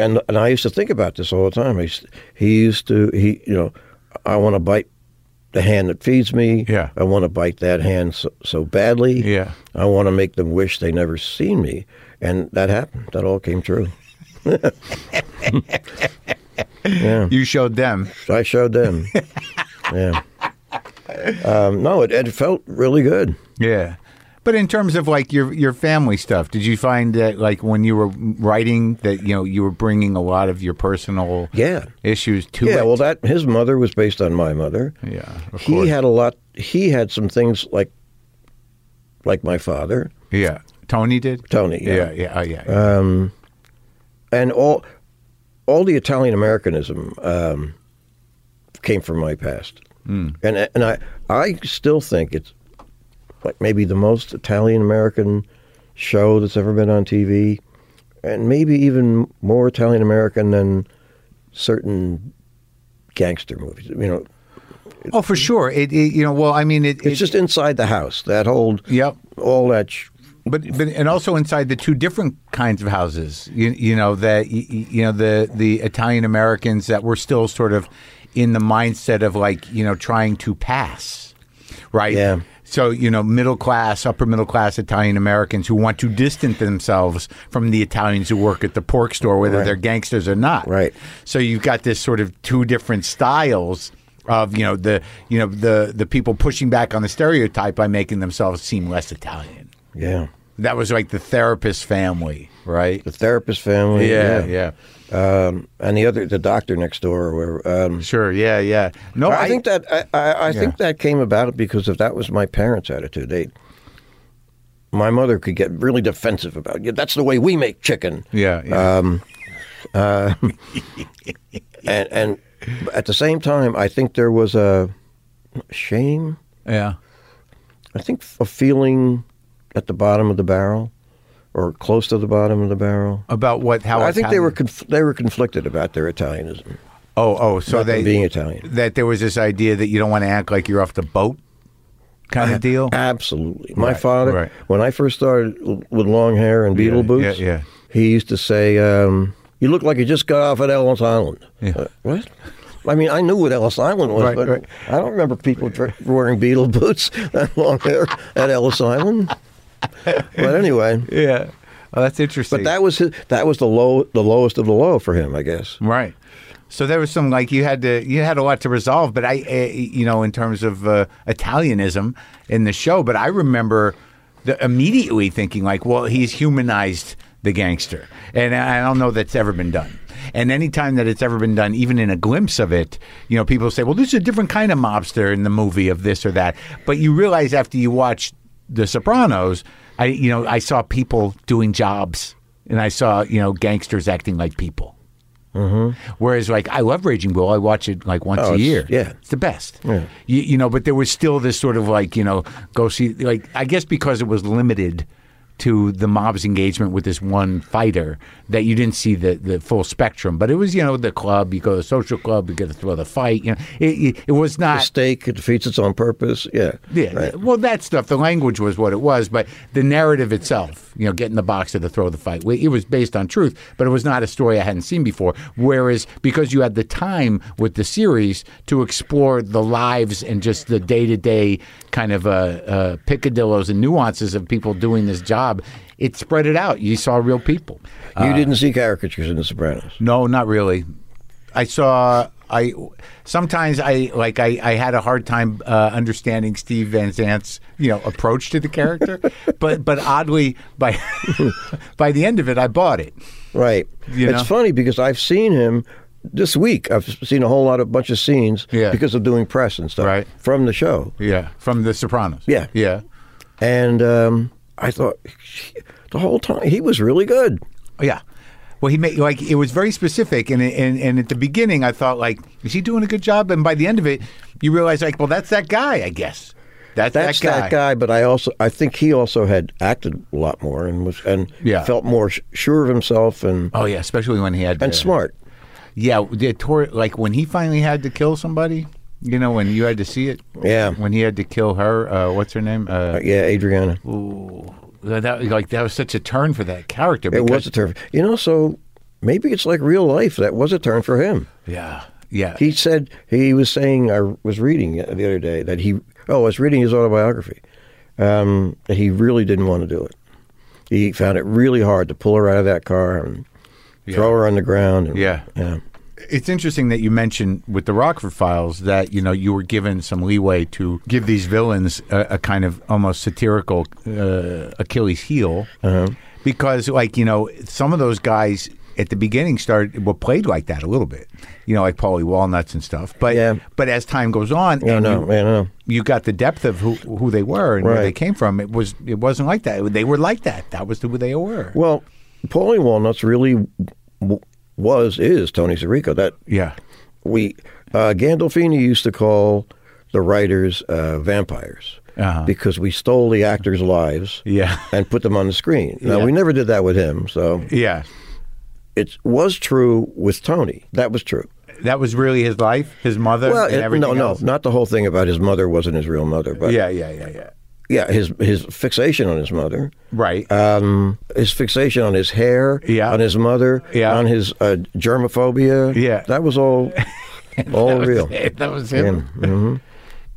and and I used to think about this all the time. He s- he used to he you know I want to bite the hand that feeds me.
Yeah.
I want to bite that hand so, so badly.
Yeah.
I want to make them wish they never seen me, and that happened. That all came true. yeah,
You showed them.
I showed them. yeah. Um, no, it, it felt really good.
Yeah. But in terms of like your your family stuff, did you find that like when you were writing that you know you were bringing a lot of your personal
Yeah.
issues to
Yeah,
it?
well, that his mother was based on my mother.
Yeah, of
he
course.
had a lot. He had some things like, like my father,
yeah. Tony did.
Tony.
Yeah,
Yeah, Uh,
yeah, oh, yeah.
and all, all the Italian Americanism um, came from my past,
Hmm.
mm. and and I I still think it's like maybe the most Italian American show that's ever been on TV, and maybe even more Italian American than certain gangster movies. You know,
oh, for sure. It, it you know well I mean it,
it's
it-
just inside the house. That whole
Yep.
all that. Sh-
but, but and also inside the two different kinds of houses you, you know that y- y- you know the the Italian Americans that were still sort of in the mindset of like you know trying to pass right
Yeah.
so you know middle class upper middle class Italian Americans who want to distance themselves from the Italians who work at the pork store whether
Right.
they're gangsters or not
Right.
so you've got this sort of two different styles of you know the you know the the people pushing back on the stereotype by making themselves seem less Italian
yeah.
that was like the therapist family, right?
The therapist family.
Yeah, yeah,
Um, and the other, the doctor next door. Where um,
Sure, yeah, yeah. No,
Oh, I, think that I, I, I think that came about because of that was my parents' attitude. They, my mother could get really defensive about you. That's the way we make chicken.
Yeah,
Uh,
yeah.
And and at the same time, I think there was a shame.
yeah.
I think a feeling at the bottom of the barrel, or close to the bottom of the barrel.
About what? How?
I think they
Italian-
were conf- they were conflicted about their Italianism.
Oh, oh. So
Not them
they
being Italian.
That there was this idea that you don't want to act like you're off the boat, kind of deal.
Absolutely. My
Oh. Right,
father,
right.
when I first started l- with long hair and beetle
Yeah,
boots,
yeah, yeah.
he used to say, um, You look like you just got off at Ellis Island.
Yeah.
Uh, what? I mean, I knew what Ellis Island was,
Right,
but
right.
I don't remember people dr- wearing beetle boots and long hair at Ellis Island. But anyway,
Yeah. Oh, that's interesting.
but that was his, that was the low the lowest of the low for him, I guess.
right. So there was some like you had to you had a lot to resolve, but I uh, you know in terms of uh, Italianism in the show, but I remember the, immediately thinking like, well, he's humanized the gangster, and I don't know that's ever been done. And any time that it's ever been done, even in a glimpse of it, you know, people say, well, this is a different kind of mobster in the movie of this or that. But you realize after you watch The Sopranos, I you know I saw people doing jobs, and I saw you know gangsters acting like people. Whereas, like, I love Raging Bull. I watch it like once
Oh,
a
it's-
year.
yeah.
it's the best. You, you know, but there was still this sort of like, you know, go see. Like, I guess because it was limited to the mob's engagement with this one fighter, that you didn't see the, the full spectrum. But it was, you know, the club. You go to the social club. You get to throw the fight. You know, it, it, it was not
Mistake, it defeats its own purpose. Yeah.
yeah,
Right.
well, that stuff. The language was what it was, but the narrative itself, you know, get in the box to throw the fight. It was based on truth, but it was not a story I hadn't seen before. Whereas, because you had the time with the series to explore the lives and just the day to day kind of uh, uh, picadillos and nuances of people doing this job, it spread it out. You saw real people. Uh,
You didn't see caricatures in The Sopranos.
No, not really. I
Uh,
saw. I sometimes I like I, I had a hard time uh, understanding Steve Van Zandt's you know approach to the character, but but oddly by by the end of it I bought it.
Right.
You
it's
know?
funny because I've seen him this week. I've seen a whole lot of bunch of scenes
Yeah.
because of doing press and stuff
Right.
from the show.
Yeah, from The Sopranos.
Yeah.
yeah,
And um, I thought the whole time he was really good.
yeah. Well, he made like it was very specific, and and and at the beginning I thought like, is he doing a good job? And by the end of it, you realize like, well, that's that guy, I guess. That's,
That's
that guy.
that guy, but I also I think he also had acted a lot more and was and
Yeah.
felt more sh- sure of himself and
Oh yeah, especially when he had
and
uh,
smart.
Yeah, the tor- like when he finally had to kill somebody, you know, when you had to see it.
Yeah.
When he had to kill her, uh, what's her name? Uh,
Yeah, Adriana.
that like that was such a turn for that character.
It was
because-
a turn. You know, so maybe it's like real life. That was a turn for him.
Yeah, yeah.
He said he was saying I was reading the other day that he oh I was reading his autobiography um, that he really didn't want to do it. He found it really hard to pull her out of that car and throw her on the ground. And,
Yeah.
yeah,
it's interesting that you mentioned with the Rockford Files that you know you were given some leeway to give these villains a, a kind of almost satirical uh, Achilles heel,
Uh-huh.
because like you know some of those guys at the beginning started were played like that a little bit, you know, like Paulie Walnuts and stuff. But
Yeah.
but as time goes on,
no,
and
no,
you-
man, no.
you got the depth of who who they were and where
Right.
they came from. It was it wasn't like that. They were like that. That was who they were.
Well, Paulie Walnuts really w- was is Tony Sirico. That
yeah.
we uh, Gandolfini used to call the writers uh, vampires
Uh-huh.
because we stole the actors' lives
Yeah.
and put them on the screen. Now
Yeah.
we never did that with him, so
Yeah.
it was true with Tony. That was true.
That was really his life, his mother,
Well,
and
it-
everything
no, no,
else?
not the whole thing about his mother wasn't his real mother, but
yeah, yeah, yeah, yeah.
yeah, his his fixation on his mother.
Right.
Um, his fixation on his hair,
Yeah.
on his mother,
Yeah.
on his uh, germophobia,
Yeah.
that was all, all real. Mm-hmm.
that was him.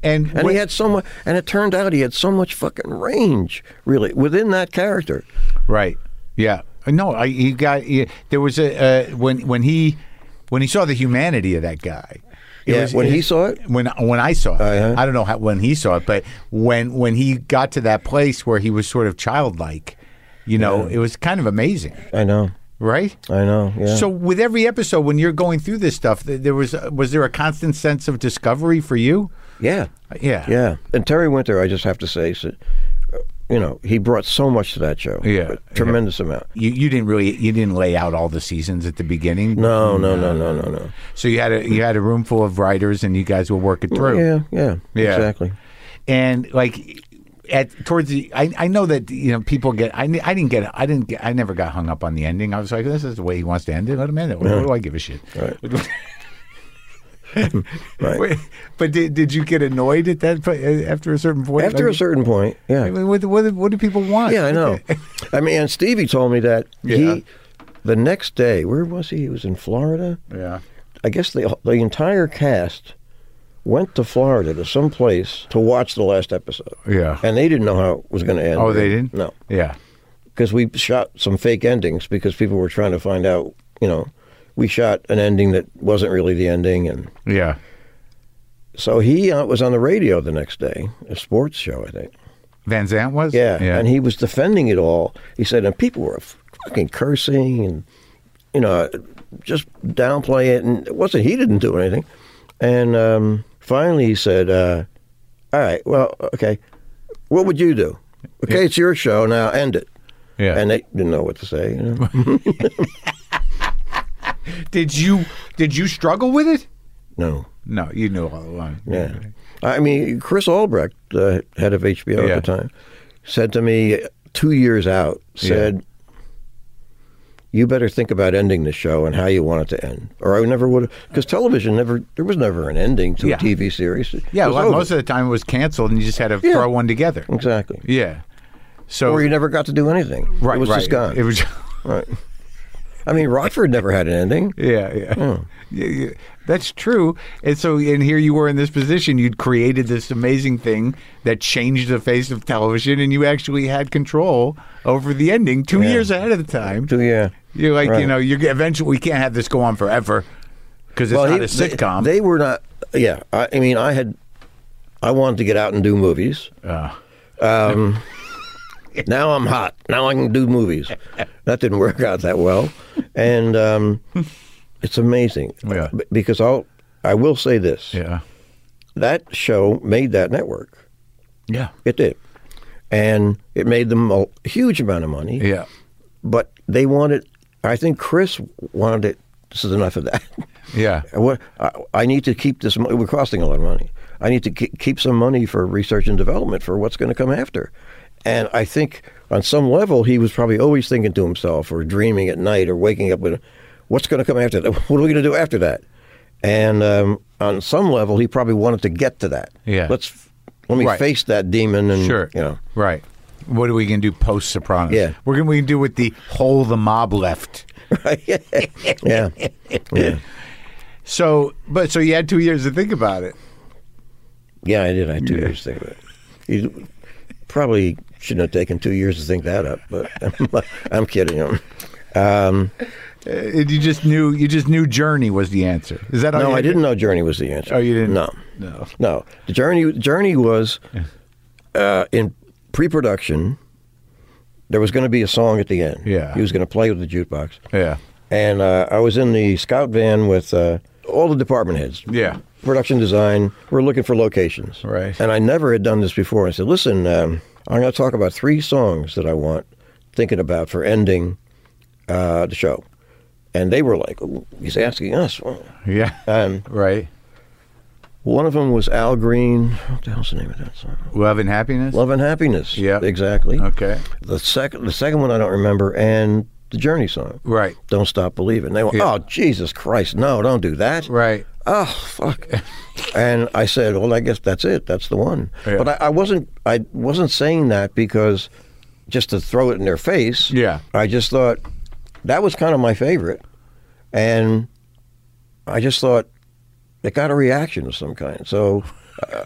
And,
And he had so much, and it turned out he had so much fucking range, really, within that character.
right. Yeah. No, I, he got. He, there was a uh, when when he when he saw the humanity of that guy.
Yeah, when he saw it?
When when I saw it,
Uh-huh.
I don't know how, when he saw it, but when when he got to that place where he was sort of childlike, you know, it was kind of amazing,
I know,
right?
I know. Uh, Yeah.
So with every episode, when you're going through this stuff, th- there was was there a constant sense of discovery for you?
yeah,
Yeah.
yeah. And Terry Winter, I just have to say, so, uh, you know, he brought so much to that show.
Yeah,
a
yeah.
tremendous amount.
You, you didn't really you didn't lay out all the seasons at the beginning.
No, no, no, no, no, no.
So you had a you had a room full of writers and you guys will work it through.
Yeah, yeah,
Yeah.
exactly.
And like at towards the I, I know that you know people get I, I didn't get I didn't get, I never got hung up on the ending. I was like this is the way he wants to end it. Let him end it. What, do I give a shit?
Right.
but did, did you get annoyed at that point, uh, after a certain point?
After
Like,
a certain point, yeah,
I mean, what, what, what do people want?
yeah, I know. I mean, and Stevie told me that
Yeah.
he, the next day, where was he? He was in Florida.
yeah.
I guess the the entire cast went to Florida to some place to watch the last episode.
Yeah.
and they didn't know how it was going to end.
Oh, they didn't.
No,
Yeah.
because we shot some fake endings because people were trying to find out, you know, we shot an ending that wasn't really the ending, and
Yeah.
so he uh, was on the radio the next day, a sports show, I think.
Van Zant was?
Yeah,
Yeah.
and he was defending it all. He said, and people were fucking cursing and you know just downplay it, and it wasn't he didn't do anything. And um, finally, he said, uh, "All right, well, okay, what would you do? Okay, it's your show now. End it."
Yeah.
And they didn't know what to say. You know?
did you did you struggle with it?
no.
No, you knew all along.
Yeah. I mean, Chris Albrecht, uh, head of HBO
Yeah.
at the time, said to me two years out, said, You better think about ending the show and how you want it to end. Or I never would have, because television never, there was never an ending to
Yeah.
a TV series. It
Yeah,
was
well,
over.
most of the time it was canceled and you just had to
Yeah.
throw one together.
Exactly.
Yeah. So
Or you never got to do anything.
right,
It was
right.
just gone.
It was
right. I mean, Rockford never had an ending.
Yeah, yeah.
Hmm.
Yeah, yeah. That's true. And so and here you were in this position, you'd created this amazing thing that changed the face of television and you actually had control over the ending 2 years ahead of the time.
To, yeah.
You're like, you
Right.
know, you're eventually we can't have this go on forever because it's not
he-
a sitcom.
They, they were not. Yeah, I, I mean, I had, I wanted to get out and do movies.
Ah.
Um, now I'm hot. Now I can do movies. That didn't work out that well, and um, it's amazing.
Yeah.
B- Because I'll, I will say this:
yeah,
that show made that network.
yeah,
It did, and it made them a huge amount of money.
yeah.
But they wanted. I think Chris wanted it. This is enough of that.
Yeah.
I wa- I, I need to keep this. mo- We're costing a lot of money. I need to ke- keep some money for research and development for what's going to come after. And I think on some level, he was probably always thinking to himself, or dreaming at night, or waking up with, "What's going to come after that? What are we going to do after that?" And um, on some level, he probably wanted to get to that.
Yeah.
Let's let me
Right.
face that demon and
Sure.
Mm, you know.
Right. What are we gonna do post Sopranos?
Yeah.
We're gonna we can do with the whole the mob left.
yeah. yeah.
So but so you had two years to think about it.
Yeah, I did. I had two years to think about it. You probably shouldn't have taken two years to think that up, but I'm, kidding. Um,
Uh, you just knew you just knew journey was the answer. Is that all
no,
Oh, you
I
had to-
didn't know Journey was the answer.
Oh, you didn't?
No,
No.
no. The Journey Journey was uh, in pre-production. There was going to be a song at the end.
Yeah.
he was going to play with the jukebox,
Yeah.
and uh, I was in the scout van with uh, all the department heads.
Yeah.
production design. We're looking for locations.
Right.
And I never had done this before. I said, listen, um, I'm going to talk about three songs that I want thinking about for ending uh, the show. And they were like, "Ooh, he's asking us.
Yeah.
Um,
right.
one of them was Al Green. What the hell's the name of that song?
Love and happiness?
Love and Happiness.
Yeah.
Exactly.
Okay.
The second, the second one I don't remember, and the Journey song.
Right.
Don't stop believing. They went,
Yeah.
oh Jesus Christ, no, don't do that.
Right.
Oh fuck. and I said, well, I guess that's it. That's the one.
Yeah.
But I, I wasn't. I wasn't saying that because just to throw it in their face.
Yeah.
I just thought that was kind of my favorite, and I just thought it got a reaction of some kind. So. uh,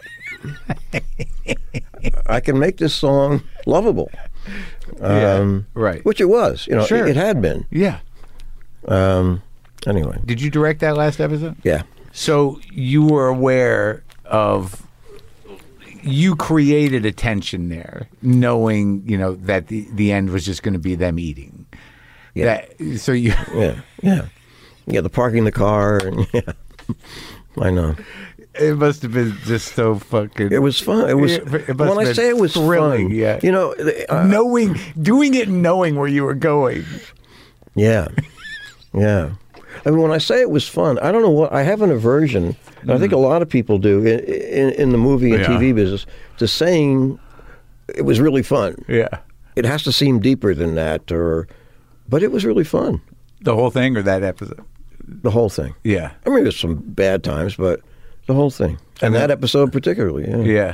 I can make this song lovable,
Yeah.
um,
Right.
Which it was, you know,
Sure.
it, it had been.
Yeah.
Um, anyway,
Did you direct that last episode?
yeah,
So you were aware of you created a tension there, knowing you know that the the end was just going to be them eating.
Yeah.
That, so you
yeah, yeah, yeah. The parking the car, and yeah, I know.
it must have been just so fucking.
It was fun. It was
It- it must
when I
have
say it was
been thrilling,
fun.
yeah.
you know, the- uh,
knowing doing it, and knowing where you were going.
yeah, yeah. I mean, when I say it was fun, I don't know what I have an aversion. And I think a lot of people do in in, in the movie and
Yeah.
TV business to saying it was really fun.
Yeah,
It has to seem deeper than that, or but it was really fun.
the whole thing or that episode.
The whole thing.
Yeah,
I mean, there's some bad times, but the whole thing, and that episode particularly. Yeah.
yeah.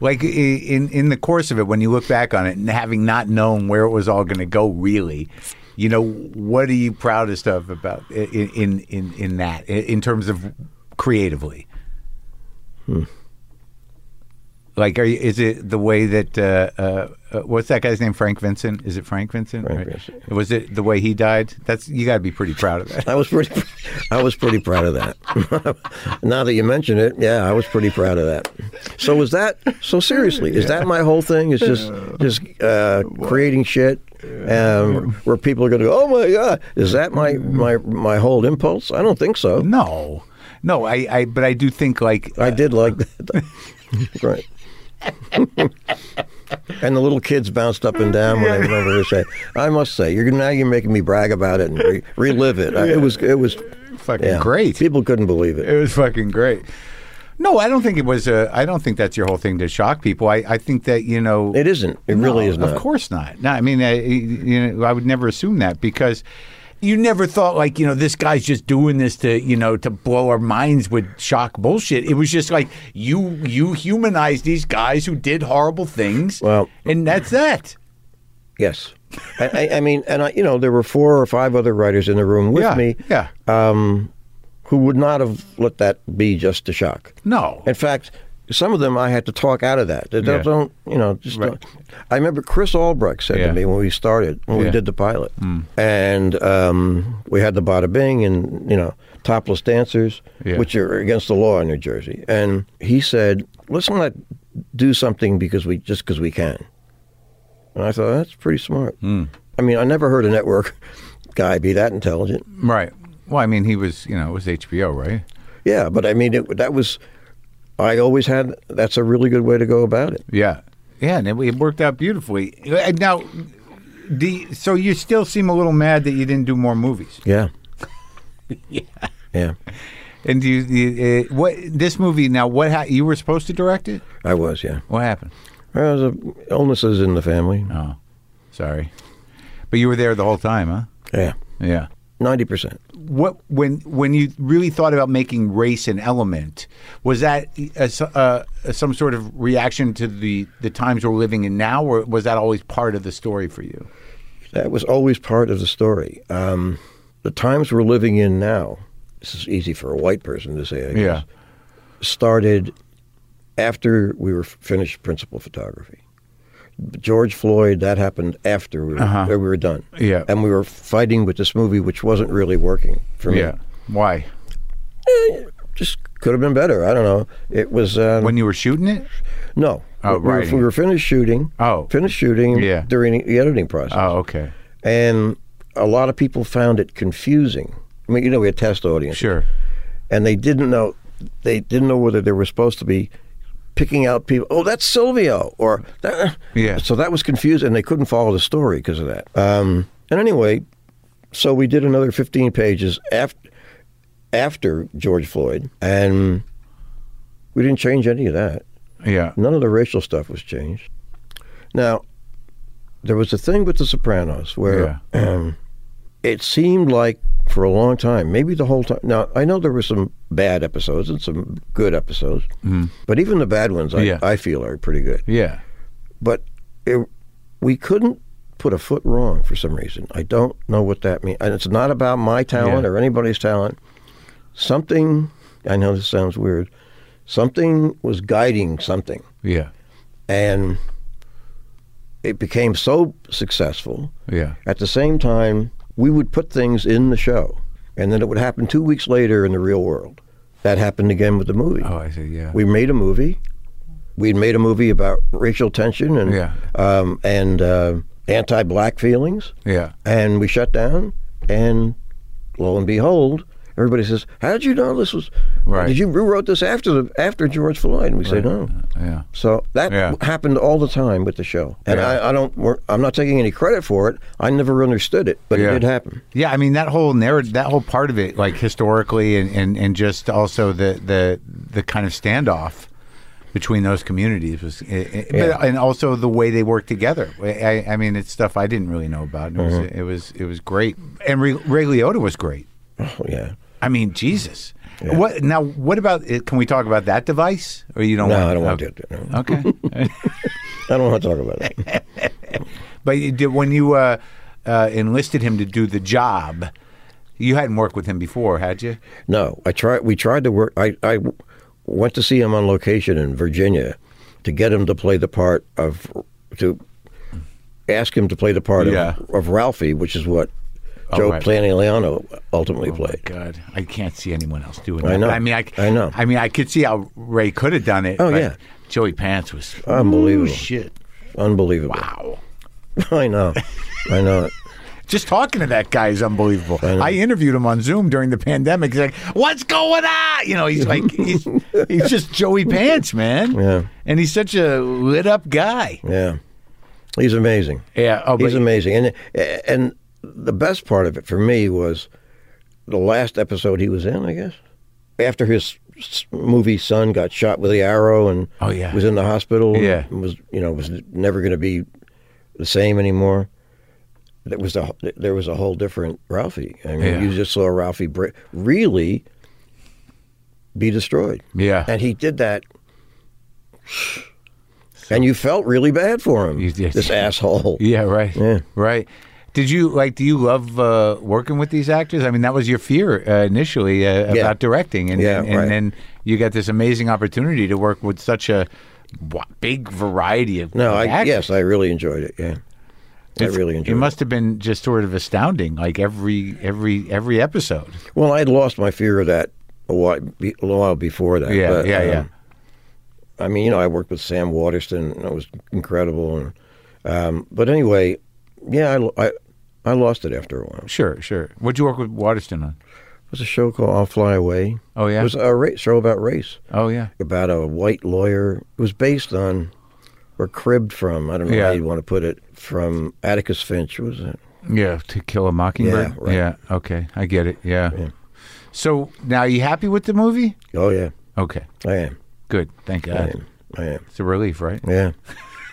Like i- in in the course of it, when you look back on it, and having not known where it was all going to go, really, you know, what are you proudest of about i- i- in in in
Hmm.
that i- in terms of creatively? Like, are you, is it the way that uh, uh, uh, what's that guy's name? Frank Vincent? Is it Frank Vincent?
Frank
Or-
Vincent.
Was it the way he died? That's you got to be pretty proud of that.
I was pretty, I was pretty proud of that. now that you mention it, yeah, I was pretty proud of that. So is that? So seriously, is that my whole thing? Is just just uh, creating shit um, where people are going to go, oh my god, is that my my my whole impulse? I don't think so.
No, no, I, I but I do think like
I did like that, right? and the little kids bounced up and down when I went over to say, I must say, you're now you're making me brag about it and re- relive it. I- It was it was.
fucking
Yeah.
great.
People couldn't believe it.
It was fucking great. No, I don't think it was. I I don't think that's your whole thing to shock people. I, I think that you know
It isn't. It really
No,
is not.
Of course not. No, I mean, I, you know, I would never assume that because you never thought like you know this guy's just doing this to you know to blow our minds with shock bullshit. It was just like you you humanize these guys who did horrible things.
Well-
and that's that.
Yes. I, I, I mean, and I, you know, there were four or five other writers in the room with
yeah,
me
yeah.
who would not have let that be just a shock.
no.
In fact, some of them I had to talk out of that. They don't-
Yeah.
don't, you know, just
Right.
don't. I remember Chris Albrecht said
Yeah.
to me when we started, when
Yeah. Hmm.
we did the pilot, and um, we had the Bada Bing and, you know, topless dancers,
Yeah.
which are against the law in New Jersey. And he said, let's not do something because we just because we can. And I thought, that's pretty smart.
Hmm.
I mean, I never heard a network guy be that intelligent.
right. Well, I mean, he was you know it was HBO, right?
Yeah, but I mean, it, that was, I always had, that's a really good way to go about it.
Yeah, yeah, and it, it worked out beautifully. And Now, the so you still seem a little mad that you didn't do more movies.
Yeah. yeah.
And do you, you uh, what this movie now? What ha- you were supposed to direct it?
I was, yeah.
What happened?
There was a, illnesses in the family.
Oh, sorry, but you were there the whole time, huh?
Yeah.
Yeah.
90%.
What when when you really thought about making race an element was that uh, so- uh, some sort of reaction to the the times we're living in now, or was that always part of the story for you?
That was always part of the story. Um, the times we're living in now, this is easy for a white person to say, I guess, started after we were f- finished principal photography. George Floyd, that happened after we were,
Uh-huh.
we were done.
Yeah.
And we were fighting with this movie, which wasn't really working for me.
yeah. Why?
Just could have been better. I don't know. It was. Um,
When you were shooting it?
No.
Oh,
we, were-
writing.
we were finished shooting.
Oh.
Finished shooting
Yeah.
during the editing process.
Oh, okay.
And a lot of people found it confusing. I mean, you know, we had test audience.
Sure.
And they didn't know, they didn't know whether they were supposed to be picking out people. Oh, that's Silvio, or that. uh,
Yeah.
So that was confusing, and they couldn't follow the story because of that. Um, and anyway, so we did another fifteen pages after after George Floyd, and we didn't change any of that.
Yeah.
None of the racial stuff was changed. Now, there was a thing with The Sopranos where um, it seemed like for a long time, maybe the whole time. Now, I know there were some bad episodes and some good episodes, but even the bad ones, I,
Mm. Yeah.
I feel, are pretty good.
Yeah.
But it, we couldn't put a foot wrong for some reason. I don't know what that means. And it's not about my talent
Yeah.
or anybody's talent. Something, I know this sounds weird, something was guiding something
Yeah.
and it became so successful.
Yeah.
At the same time, we would put things in the show, and then it would happen two weeks later in the real world. That happened again with the movie.
Oh, I see. Yeah.
We made a movie. We made a movie about racial tension and
Yeah.
um, and uh, anti-black feelings,
yeah.
and we shut down. And lo and behold, everybody says, "How did you know this was?
Right.
Did you who wrote this after the after George Floyd?" And we say, "No."
Uh, Yeah.
So that
Yeah.
w- happened all the time with the show, and
Yeah.
I, I don't. we're- I'm not taking any credit for it. I never understood it, but
Yeah.
it did happen.
Yeah, I mean that whole narrative, that whole part of it, like historically, and, and, and just also the, the the kind of standoff between those communities was, eh, eh,
Yeah.
but, and also the way they work together. I, I- I mean, it's stuff I didn't really know about. and It, was,
Mm-hmm.
it was it was great, and Ray, Ray Liotta was great.
Oh yeah.
I mean, Jesus. What now? What about? it- Can we talk about that device? Or you don't?
No,
want,
I don't want
Oh,
to.
okay.
No.
Okay.
I don't want to talk about that.
But you did, when you uh, uh, enlisted him to do the job, you hadn't worked with him before, had you?
No, I tried. We tried to work. I I w- went to see him on location in Virginia, to get him to play the part of to ask him to play the part
Yeah.
of, of Ralphie, which is what
Oh,
Joe
right. Oh,
Planigliano ultimately played.
God, I can't see anyone else doing
I
that.
know.
I mean, I,
I know.
I mean, I could see how Ray could have done it.
Oh,
but
yeah.
Joey Pants was
Unbelievable.
Ooh, shit.
Unbelievable.
Wow.
I know. I know it.
Just talking to that guy is unbelievable. I, interviewed him on Zoom during the pandemic. He's like, "What's going on?" You know, he's like, he's, he's just Joey Pants, man.
Yeah.
And he's such a lit up guy.
Yeah. He's amazing.
Yeah. Oh, but
He's amazing. And and the best part of it for me was the last episode he was in, I guess. After his s- movie son got shot with the arrow and
Oh, yeah.
was in the hospital
Yeah.
and was you know was never going to be the same anymore. That was a, there was a whole different Ralphie. I mean,
Yeah.
you just saw Ralphie br- really be destroyed.
Yeah.
And he did that. And you felt really bad for him,
You did.
this asshole.
yeah, right.
Yeah.
Right. Did you like? Do you love uh, working with these actors? I mean, that was your fear uh, initially uh,
Yeah.
about directing, and
Yeah,
and, and
right.
then you got this amazing opportunity to work with such a wa- big variety of
No, I
actors.
yes, I really enjoyed it. Yeah, I
It's-
really enjoyed
It must have been just sort of astounding, like every every every episode.
it. Well, I had lost my fear of that a while, be, a while before that.
Yeah,
but,
yeah,
um,
yeah.
I mean, you know, I worked with Sam Waterston, and it was incredible. And um, but anyway, yeah, I, lo- I I lost it after a while. It
Sure, sure. What'd you work with Waterston on?
was a show called "I'll Fly Away."
Oh, yeah?
it was a ra- show about race,
Oh yeah,
about a white lawyer. It was based on or cribbed from I don't know
Yeah.
how you want to put it from Atticus Finch. Was it?
yeah. To Kill a Mockingbird.
Yeah, right.
yeah. Okay, I get it. Yeah. So now, you happy with the movie?
Oh yeah,
Okay,
I am.
good. Thank
I
God.
am. I am.
It's a relief, right?
Yeah,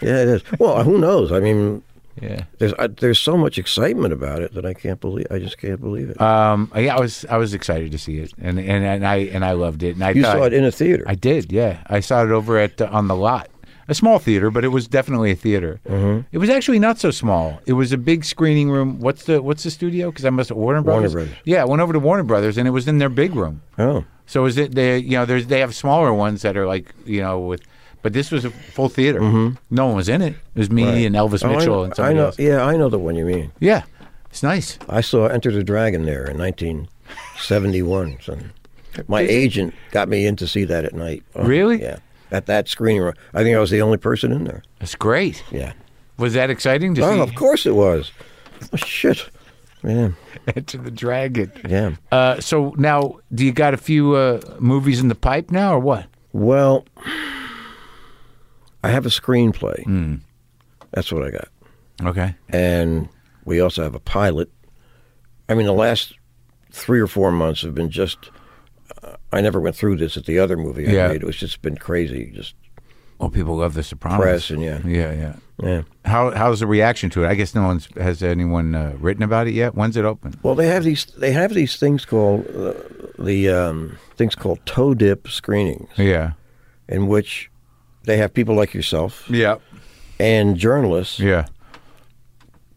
yeah, it is. Well, who knows? I mean,
Yeah.
there's I, there's so much excitement about it that I can't believe. I just can't believe it.
Um. Yeah, I was I was excited to see it, and and, and I and I loved it. And I
you
thought,
saw it in a theater.
I did. Yeah, I saw it over at uh, on the lot, a small theater, but it was definitely a theater.
Mm-hmm.
It was actually not so small. It was a big screening room. What's the what's the studio? Because I must Warner Brothers.
Brothers.
Yeah, I went over to Warner Brothers, and it was in their big room.
oh,
So is it they? You know, there's they have smaller ones that are like you know with. But this was a full theater. No one was in it. It was me
Mm-hmm. right.
and Elvis
Oh, I
Mitchell
know-
and
I
somebody
know.
else.
Yeah, I know the one you mean.
Yeah, it's nice.
I saw Enter the Dragon there in 1971. Son. My agent got me in to see that at night. Oh,
Really?
Yeah. At that screening room, I think I was the only person in there.
It's great.
Yeah.
Was that exciting to
Oh,
see?
of course it was. Oh, shit. Yeah.
Enter the Dragon.
Yeah.
Uh, so now, do you got a few uh, movies in the pipe now, or what?
Well, I have a screenplay.
Hmm.
That's what I got.
Okay.
And we also have a pilot. I mean, the last three or four months have been just. uh, I never went through this at the other movie I
Yeah.
made. It was just been crazy. Just
Well, people love The Sopranos.
press and yeah,
Yeah, yeah.
yeah.
How how's the reaction to it? I guess no one's has anyone uh, written about it yet. When's it open?
Well, they have these they have these things called uh, the um, things called toe dip screenings,
Yeah.
in which they have people like yourself
Yeah.
and journalists
Yeah.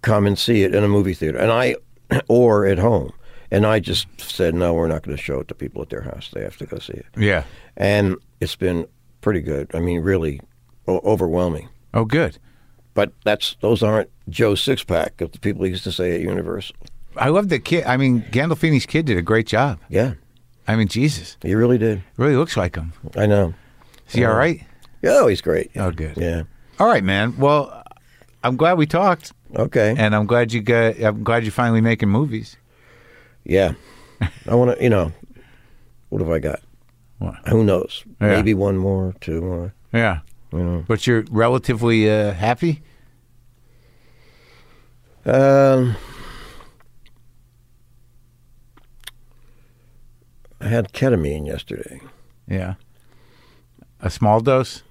come and see it in a movie theater, and I, or at home. And I just said, no, we're not going to show it to people at their house. They have to go see it.
Yeah.
And it's been pretty good. I mean, really o- overwhelming.
Oh, good.
But that's those aren't Joe Sixpack, the people used to say at Universal.
I love the kid. I mean, Gandolfini's kid did a great job.
Yeah,
I mean, Jesus,
he really did.
really looks like him.
I know.
Is he all right?
Oh, he's great.
Oh, good.
Yeah.
All right, man. Well, I'm glad we talked,
Okay.
and I'm glad you got. I'm glad you're finally making movies.
yeah. I want to, you know, what have I got?
What?
Who knows?
Yeah.
Maybe one more, two more.
Yeah. But you're relatively uh, happy?
Um, I had ketamine yesterday,
Yeah. A small dose?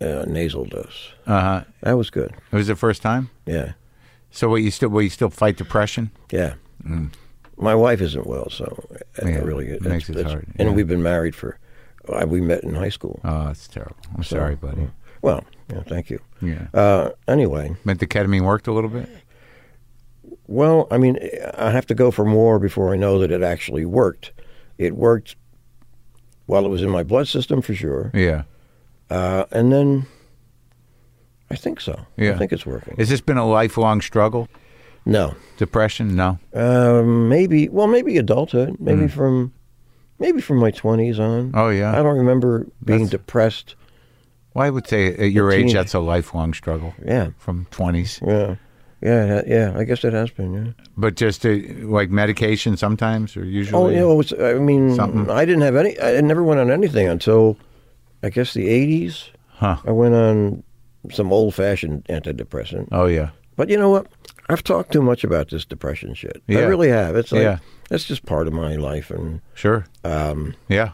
uh, nasal dose.
Uh huh.
That was good.
It was the first time?
Yeah,
So what you still will you still fight depression?
yeah. My wife isn't well, so it
Mm. Yeah,
really it,
makes it hard, yeah.
And we've been married for. uh, we met in high school.
Oh, that's terrible. I'm sorry, buddy.
Well, yeah, thank you.
Yeah.
Uh, anyway,
Meant the ketamine worked a little bit?
well, I mean, I have to go for more before I know that it actually worked. It worked while it was in my blood system for sure.
Yeah.
Uh, and then I think so.
Yeah.
I think it's working.
Has this been a lifelong struggle?
no,
Depression? No.
um, maybe. Well, maybe adulthood. Maybe from, maybe from my twenties on.
Hmm. Oh, yeah.
I don't remember being
That's-
depressed.
Well, I would say at your age,
Teenage.
that's a lifelong struggle.
Yeah.
From 20s.
Yeah, yeah, it ha- yeah. I guess it has been. Yeah.
But just uh like medication sometimes or
Oh,
usually?
yeah. It was, I mean,
Something.
I didn't have any. I never went on anything until, I guess, the '80s.
Huh.
I went on some old-fashioned antidepressant.
Oh, yeah.
But you know what? I've talked too much about this depression shit. I
Yeah.
really have. It's like
Yeah.
that's just part of my life, and
Sure.
um,
Yeah.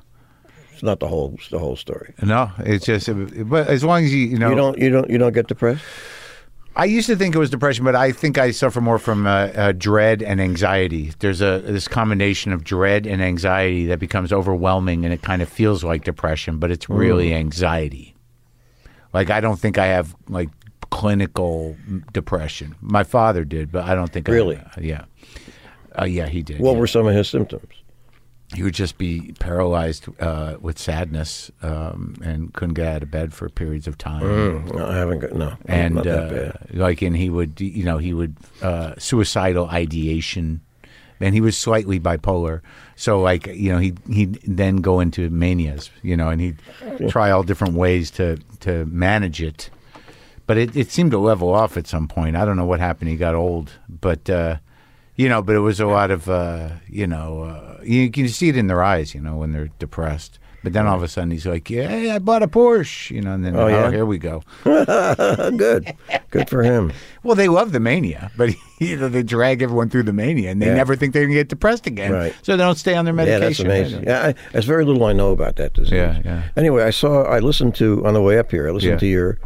it's not the whole it's the whole story.
No, it's just, but as long as you, you know.
You don't you don't you don't get depressed.
I used to think it was depression, but I think I suffer more from uh, uh, dread and anxiety. There's a this combination of dread and anxiety that becomes overwhelming, and it kind of feels like depression, but it's
Mm.
really anxiety. Like I don't think I have like clinical depression. My father did, but I don't think
Really?
I, yeah, uh, yeah, he did.
What
yeah.
were some of his symptoms?
he would just be paralyzed uh, with sadness um, and couldn't get out of bed for periods of time
Mm. No, I haven't got no.
and
not that
uh,
bad.
like and he would you know he would uh, suicidal ideation and he was slightly bipolar so like you know he he'd then go into manias you know and he'd try all different ways to to manage it but it, it seemed to level off at some point i don't know what happened he got old but uh you know but it was a lot of uh you know uh, you can see it in their eyes you know when they're depressed but then all of a sudden he's like, "Yeah, I bought a Porsche," you know, and then oh,
yeah?
here we go.
Oh, good, good for him.
Well, they love the mania, but you know, they drag everyone through the mania, and they
Yeah.
never think they're going to get depressed again.
Right.
So they don't stay on their
Yeah, that's
medication.
amazing. Yeah, I, there's very little I know about that disease.
Yeah, yeah.
Anyway, I saw, I listened to on the way up here. I listened
Yeah.
to your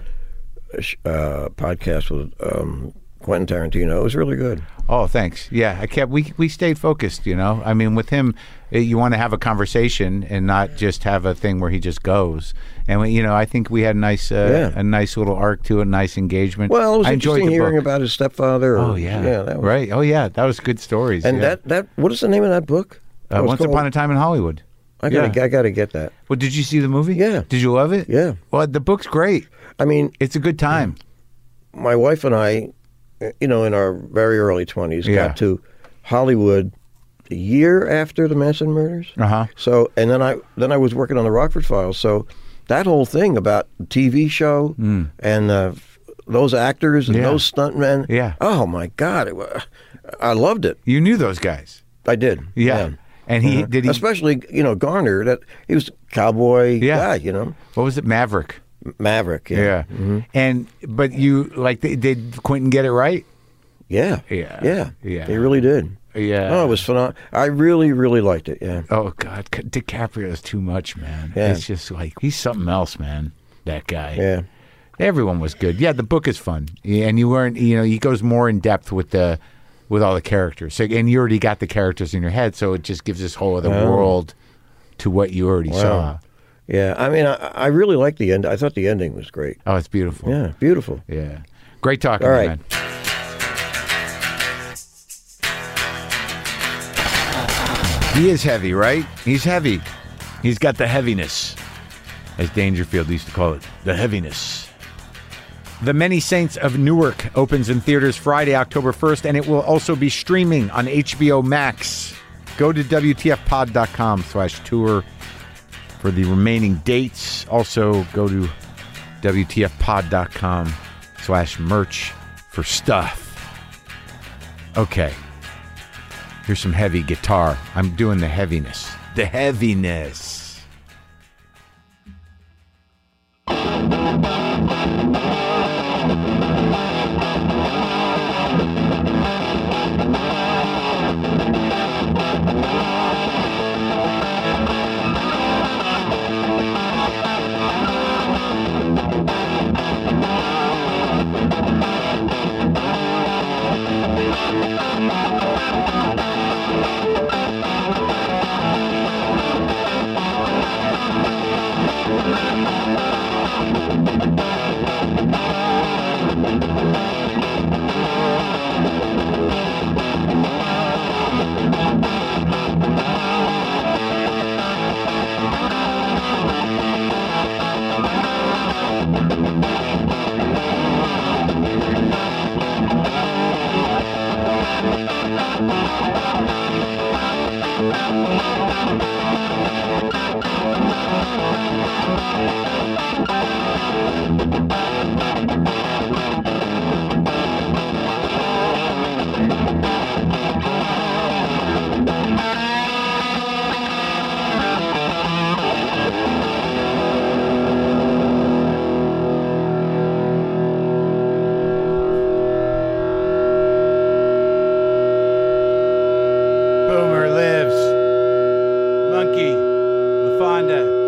uh, sh- uh, podcast with um, Quentin Tarantino. It was really good.
Oh, thanks. Yeah, I kept we we stayed focused. You know, I mean, with him, eh, you want to have a conversation and not just have a thing where he just goes. And we, you know, I think we had a nice uh,
Yeah.
a nice little arc to it, nice engagement.
Well, it was
I enjoyed
interesting
the
hearing
book.
about his stepfather.
Oh yeah,
yeah, that was,
right. Oh yeah, that was good stories.
And
yeah.
that that what is the name of that book? Oh,
uh, once upon a time in Hollywood.
I gotta
yeah.
I gotta get that.
Well, did you see the movie?
Yeah.
Did you love it?
Yeah.
Well, the book's great.
I mean,
It's a good time.
my wife and I, uh, you know, in our very early twenties,
Yeah.
got to Hollywood a year after the Manson murders.
Uh-huh.
So, and then I then I was working on the Rockford Files. So that whole thing about the TV show and uh, those actors and
Mm. Yeah.
those stuntmen.
Yeah.
Oh my God, it, wa- I loved it.
You knew those guys.
I did. Uh-huh.
Yeah. And he did he
Especially, you know, Garner. That he was a cowboy
Yeah.
guy. You know,
what was it? Maverick.
Maverick.
Yeah.
Mm-hmm.
And but you like they, did Quentin get it right?
Yeah.
Yeah.
Yeah.
Yeah.
He really did.
Yeah.
Oh, it was phenomenal. I really, really liked it. Yeah.
Oh God, C- DiCaprio is too much, man.
Yeah.
It's just like he's something else, man. That guy.
Yeah.
Everyone was good. Yeah, the book is fun, Yeah, and you learn. You know, he goes more in depth with the with all the characters. So and you already got the characters in your head, so it just gives this whole other
Oh.
world to what you already saw.
Yeah. I mean, I, I really liked the end. I thought the ending was great.
Oh, it's beautiful.
Yeah. Beautiful.
Yeah. Great talking,
All
to you,
right.
man. He is heavy, right? He's heavy. He's got the heaviness, as Dangerfield used to call it the heaviness. The Many Saints of Newark opens in theaters Friday, October 1st, and it will also be streaming on HBO Max. Go to WTFpod.com slash tour for the remaining dates. Also, go to WTFpod.com slash merch for stuff. Okay. Here's some heavy guitar. I'm doing the heaviness. The heaviness.
Thank
Boomer lives.
Monkey, LaFonda,